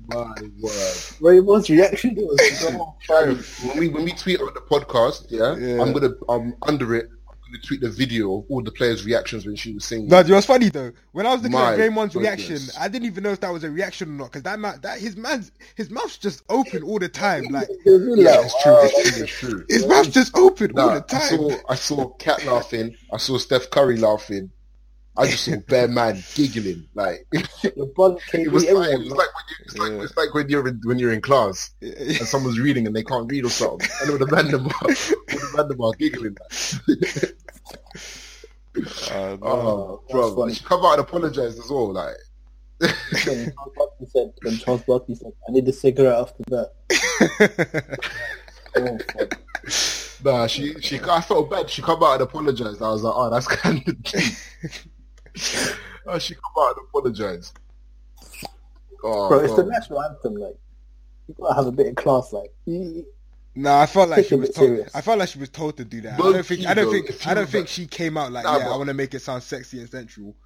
B: my word.
C: Ray Moore's reaction to it was so funny.
B: When we when we tweet about the podcast, yeah,
A: Yeah.
B: I'm gonna um under it. I'm gonna tweet the video of all the players' reactions when she was singing.
A: No, it was funny though. When I was looking
B: My
A: at Raymond's
B: goodness.
A: reaction, I didn't even know if that was a reaction or not because that man, that his man's his mouth's just open all the time. Like
C: It was really
B: yeah,
C: like,
B: it's true,
C: wow,
B: it's true, it's true.
A: his mouth's just open all
B: Nah,
A: the
B: I
A: time.
B: saw I saw Cat laughing. I saw Steph Curry laughing. I just saw Bear Man giggling. Like
C: LeBron, KD,
B: it was, like,
C: everyone
B: it was like when you, it's like
A: Yeah.
B: it's like when you're in, when you're in class and someone's reading and they can't read or something. And all the random all the random are giggling. Oh,
C: that's
B: bro,
C: funny.
B: she come out and apologise as well. Like
C: when Charles Barkley said, when Charles Barkley said, I need a cigarette after that. Oh, fuck.
B: Nah, she she. I felt bad. She come out and apologized. I was like, oh, that's kind of. oh, she come out and apologized. Oh,
C: Bro, it's the
B: God.
C: national anthem, like, you gotta have a bit of class, like, you-
A: no, I felt like she
C: Taking
A: was
C: it
A: told.
C: serious.
A: I felt like she was told to do that. I
B: Low
A: don't think.
B: key,
A: I don't
B: though,
A: think.
B: if you
A: I don't
B: look
A: think
B: at-
A: she came out like,
B: Nah,
A: yeah,
B: but-
A: I want to make it sound sexy and sensual.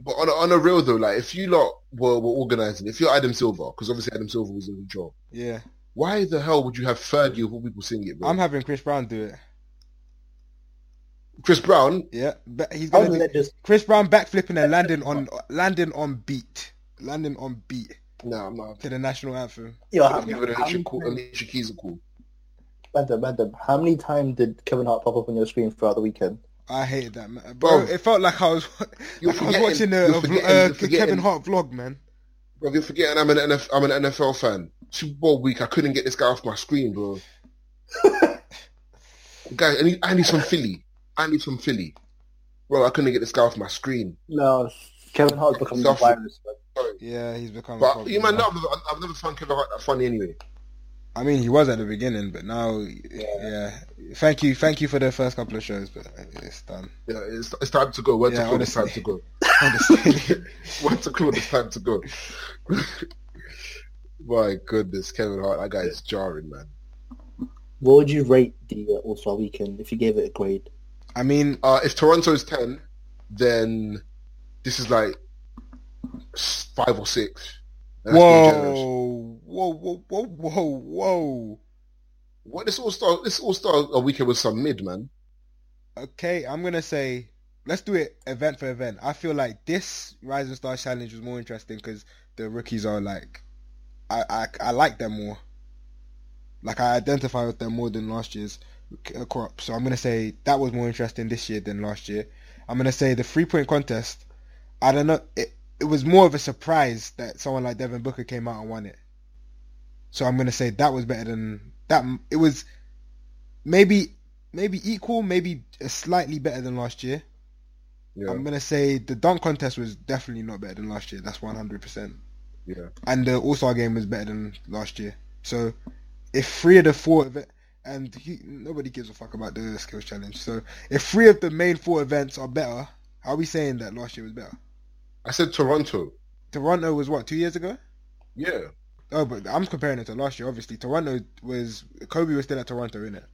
B: But on a, on a real though, like if you lot were, were organizing, if you're Adam Silver, because obviously Adam Silver was in control,
A: Yeah,
B: why the hell would you have Fergie of all people singing it, bro?
A: I'm having Chris Brown do it.
B: Chris Brown,
A: Yeah, but he's
C: I
A: gonna.
C: wouldn't
A: Do,
C: let just,
A: Chris Brown backflipping and landing on landing on beat, landing on beat
B: nah, I'm not.
A: to the national anthem.
C: yo, how,
B: I'm giving
C: how many
B: Alicia Keys-
C: times,
B: Alicia Keys a call.
C: Madam, madam, how many times did Kevin Hart pop up on your screen throughout the weekend?
A: I hated that, man. Bro,
B: Bro.
A: it felt like I was,
B: You're
A: like I was
B: forgetting-
A: watching a, a
B: you're
A: vlo-
B: forgetting-
A: uh,
B: you're forgetting-
A: Kevin Hart vlog, man.
B: Bro, you're forgetting I'm an NFL, I'm an NFL fan. Super Bowl week, I couldn't get this guy off my screen, bro. Guys, I need, I need some Philly. I need some Philly. Bro, I couldn't get this guy off my screen.
C: No, Kevin Hart's becoming a
B: Suffer.
C: virus, man.
A: Yeah, he's become. a
B: But
A: problem
B: you might
A: now.
B: not. I've, I've never found Kevin Hart that funny anyway.
A: I mean, he was at the beginning, but now, yeah. Thank you, thank you for the first couple of shows, but it's done.
B: Yeah, it's, it's time to go. Word
A: Yeah,
B: to call, it's time to
A: honestly.
B: go.
A: Honestly.
B: Word to call, it's time to go. my goodness, Kevin Hart, that guy is jarring, man.
C: What would you rate the uh, All-Star weekend if you gave it a grade?
A: I mean,
B: Uh, if Toronto's 10, then this is like s- 5 or 6. And that's being generous.
A: whoa, whoa, whoa, whoa, whoa, whoa.
B: What this all star this all star weekend was some mid man.
A: Okay, I'm gonna say let's do it event for event. I feel like this Rising Star Challenge was more interesting because the rookies are like, I, I I like them more. Like I identify with them more than last year's uh, crop. So I'm gonna say that was more interesting this year than last year. I'm gonna say the three point contest. I don't know. It it was more of a surprise that someone like Devin Booker came out and won it. So I'm gonna say that was better than that. It was maybe maybe equal, maybe slightly better than last year.
B: Yeah,
A: I'm gonna say the dunk contest was definitely not better than last year. That's 100. percent
B: yeah.
A: And the All Star game was better than last year. So if three of the four event and he, nobody gives a fuck about the skills challenge. So if three of the main four events are better, are we saying that last year was better?
B: I said Toronto.
A: Toronto was what two years ago?
B: Yeah,
A: Oh, but I'm comparing it to last year. Obviously, Toronto was Kobe was still at Toronto, innit?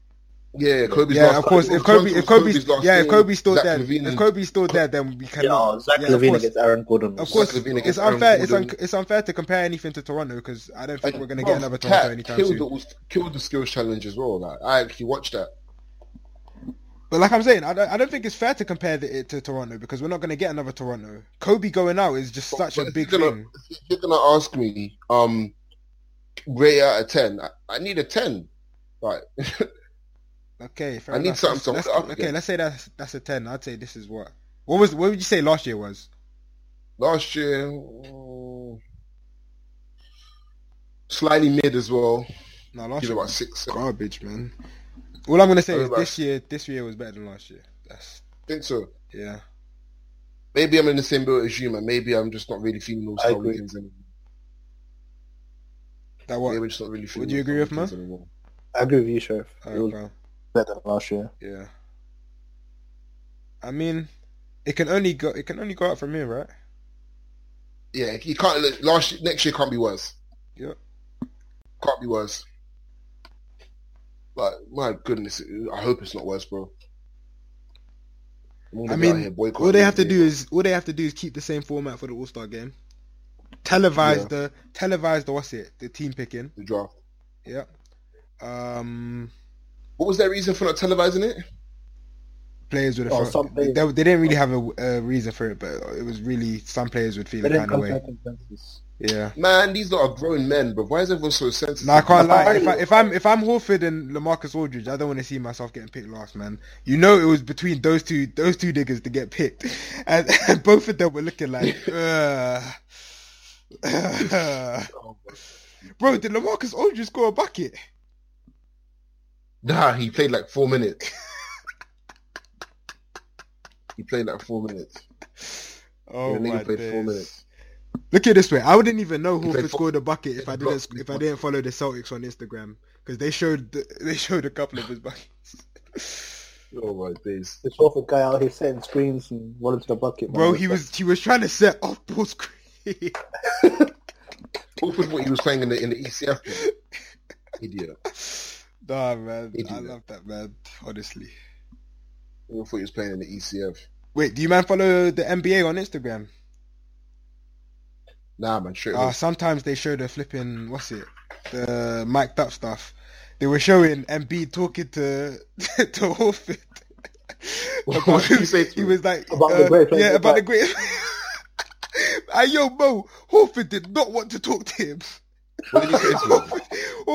B: Yeah, yeah, Kobe's
A: Yeah,
B: last
A: of course. If Kobe, if Kobe's, yeah, if Kobe's still dead, if Kobe's still dead, then we
C: Yeah, oh,
A: cannot.
C: Zach
A: yeah, of
C: Levine
A: course.
C: against Aaron Gordon.
A: Of
C: was-
A: course,
B: Zach Levine
A: it's
B: against Aaron
A: unfair. It's, un-
B: Gordon.
A: it's unfair to compare anything to Toronto because I don't think we're going to get another Toronto anytime
B: Oh, killed
A: soon.
B: The, killed the skills challenge as well. Like I actually watched that.
A: But like I'm saying, I don't, I don't think it's fair to compare the, it to Toronto because we're not going to get another Toronto. Kobe going out is just such a
B: But
A: big
B: if you're
A: thing.
B: gonna, if You're gonna ask me, um, rate out of ten. I, I need a ten. Right,
A: Okay, fair
B: I need
A: enough.
B: something to
A: Let's-
B: hold it
A: okay,
B: up against.
A: let's say that's that's a ten. I'd say this is what. What was? What would you say last year was?
B: last year, mm, slightly mid as well.
A: No, last
B: Give it
A: year
B: about
A: was
B: six. seven.
A: garbage, man. All I'm gonna say
B: Sorry
A: is
B: about-
A: this year, this year was better than last year. That's
B: I think so.
A: yeah.
B: Maybe I'm in the same boat as you, man. Maybe I'm just not really feeling those
C: I
B: star
C: agree.
B: weekends anymore.
A: That what?
B: Maybe I'm just not really feeling.
A: Would you
B: those
A: agree
B: star
A: with me?
B: weekends anymore.
C: I agree with you, Sheriff.
A: Oh,
C: It was
A: well,
C: better than last year.
A: yeah. I mean, it can only go. It can only go up from here, right?
B: Yeah, you can't. Look, last year- next year can't be worse.
A: Yeah.
B: can't be worse. Like my goodness, I hope it's not worse, bro. I'm gonna
A: I
B: be
A: mean,
B: out here boycotting
A: All they have to
B: these
A: do is all they have to do is keep the same format for the All Star game. Televise
B: Yeah.
A: the televise the what's it? The team picking.
B: the draft.
A: Yeah. Um.
B: What was their reason for not televising it?
A: players would have
C: Oh,
A: felt,
C: some
A: they,
C: players-
A: they didn't really have a, a reason for it, but it was really some players would feel
C: They
A: a
C: didn't
A: kind of
C: come
A: way.
C: to a consensus.
A: Yeah.
B: Man, these lot are grown men, but why is everyone so sensitive?
A: No, I can't lie. If, I,
C: Apparently-
A: if I'm if I'm Horford and Lamarcus Aldridge, I don't want to see myself getting picked last, man. You know, it was between those two those two niggas to get picked, and, and both of them were looking like, uh,
B: Oh, bro.
A: bro, did Lamarcus Aldridge score a bucket?
B: Nah, he played like four minutes. he played like four minutes.
A: Oh
B: Yeah, nigga
A: my
B: played four minutes.
A: days. Look at it this way. I wouldn't even know
B: He played
A: Horford
B: four-
A: scored a bucket if I didn't
B: blocked-
A: if I didn't follow the Celtics on Instagram because they showed the, they showed a couple of his buckets.
B: Oh my days.
C: The Crawford guy out here setting screens and running to the bucket.
A: Bro,
C: man.
A: he was he was trying to set off ball screen.
B: What was what he was playing in the in the E ECF? Idiot.
A: nah, man,
B: He did
A: I
B: that.
A: love that man. Honestly,
B: I thought he was playing in the E ECF.
A: wait, do you man follow the NBA on Instagram?
B: Nah, man, straight
A: Uh,
B: away.
A: sometimes they show the flipping what's it, the mic'd up stuff. They were showing Embiid talking to to Horford.
B: What
A: about-
B: did he say to
A: he
B: him?
A: was like,
C: About the
A: uh,
C: great player,
A: yeah, about the
C: like-
A: great. Hey yo, Mo, Horford did not want to talk to him.
B: What did he say to him?
A: Horford,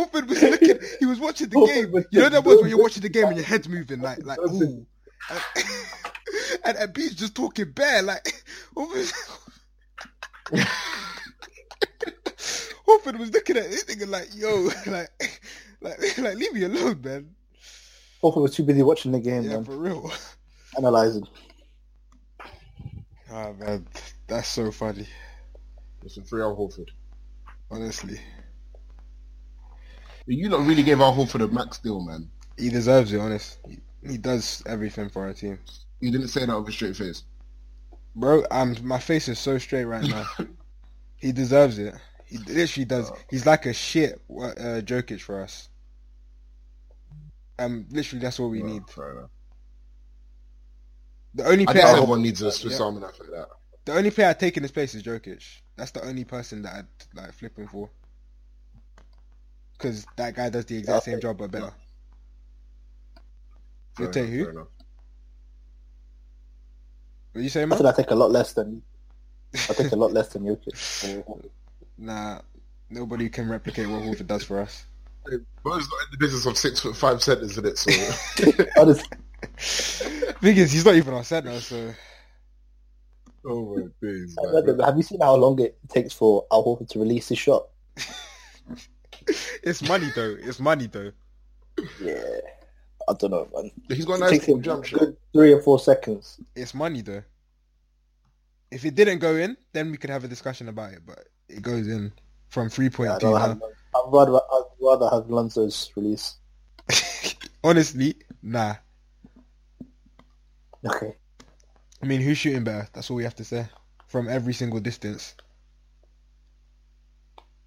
A: Horford was looking. He was watching the
C: Horford
A: game.
C: was
A: You know that
C: just
A: was when you're
C: dozing.
A: watching the game and your head's moving, like like. Ooh.
C: Dozing.
A: And, and Embiid's just talking bare, like. Horford, Horford was looking at this nigga like, yo, like, like, like, leave me alone, man.
C: Crawford was too busy watching the game,
A: Yeah,
C: man,
A: for real.
C: analyzing.
A: Ah, man, that's so funny.
B: It's a three-hour Horford.
A: Honestly,
B: But You not really gave our hope for the max deal, man.
A: he deserves it. Honest, he, he does everything for our team,
B: You didn't say that with a straight face.
A: bro. I'm my face is so straight right now. he deserves it. He literally does. He's like a shit uh, Jokic for us. Um, literally, that's what we
B: No,
A: need.
B: fair enough.
A: The only
B: I
A: player,
B: guess
A: I,
B: everyone needs a Swiss
A: Yeah.
B: Army knife like that.
A: the only player I take in his place is Jokic. That's the only person that I'd like flipping for. Because that guy does the exact same job but better.
B: Fair
A: You take
B: enough,
A: who?
B: fair enough.
A: What you say,
C: I
A: man?
C: said I take a lot less than. I take a lot less than Jokic.
A: Nah, nobody can replicate what Horford does for us.
B: Bro's not in the business of six foot five centers, isn't it? So
C: Honestly,
A: Thing is, he's not even our center, so
B: oh my days,
C: I
B: man.
C: read it. have you seen how long it takes for Al Horford to release his shot?
A: it's money though. It's money though.
C: Yeah, I don't know, man.
B: He's got a
C: it
B: nice
C: takes
B: little
C: him
B: jump
C: a
B: shot.
C: good three or four seconds.
A: It's money though. If it didn't go in, then we could have a discussion about it. But it goes in from three
C: Yeah, I
A: point two.
C: don't have, I'd, rather, I'd rather have Lonzo's release.
A: Honestly, nah.
C: Okay.
A: I mean, who's shooting better? That's all we have to say from every single distance.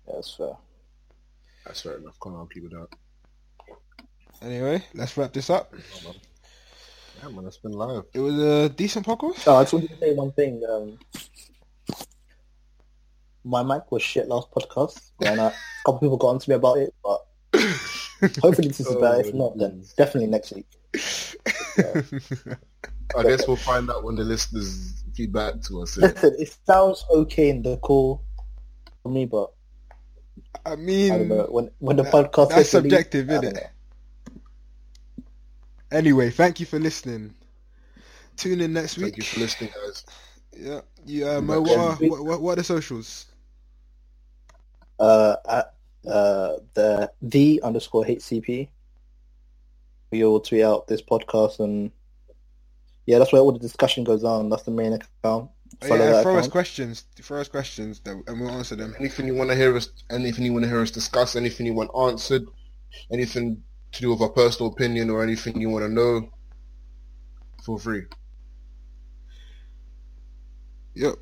C: Yeah, that's fair.
B: That's fair enough. Can't argue with that.
A: Anyway, let's wrap this up.
B: Yeah, man, it's been live.
A: It was a decent podcast.
C: Oh, I just wanted to say one thing. Um, my mic was shit last podcast, and uh, a couple people got on to me about it. But hopefully this is better. If not, then definitely next week.
B: I guess we'll find out when the listeners feedback to us. innit?
C: Listen, it sounds okay in the call for me, but
A: I
C: I don't
A: mean,
C: know when when the
A: that-
C: podcast
A: Mm, that's
C: is released, um,
A: subjective,
C: I don't
A: isn't
C: know.
A: it? Anyway, thank you for listening. Tune in next
B: Thank you
A: week.
B: for listening, guys.
A: Yeah, yeah.
B: Tune
A: Mo,
B: back
A: what
C: next
A: are,
C: week.
A: what, what, what are the socials?
C: Uh, at uh the the underscore HCP. We all tweet out this podcast and yeah, that's where all the discussion goes on. That's the main account.
A: Oh,
C: Follow
A: yeah,
C: that
A: throw us
C: account.
A: questions. Throw us questions, that- and we'll answer them.
B: anything you want to hear us anything you want to hear us discuss anything you want answered anything to do with our personal opinion or anything you want to know feel free
A: Yep.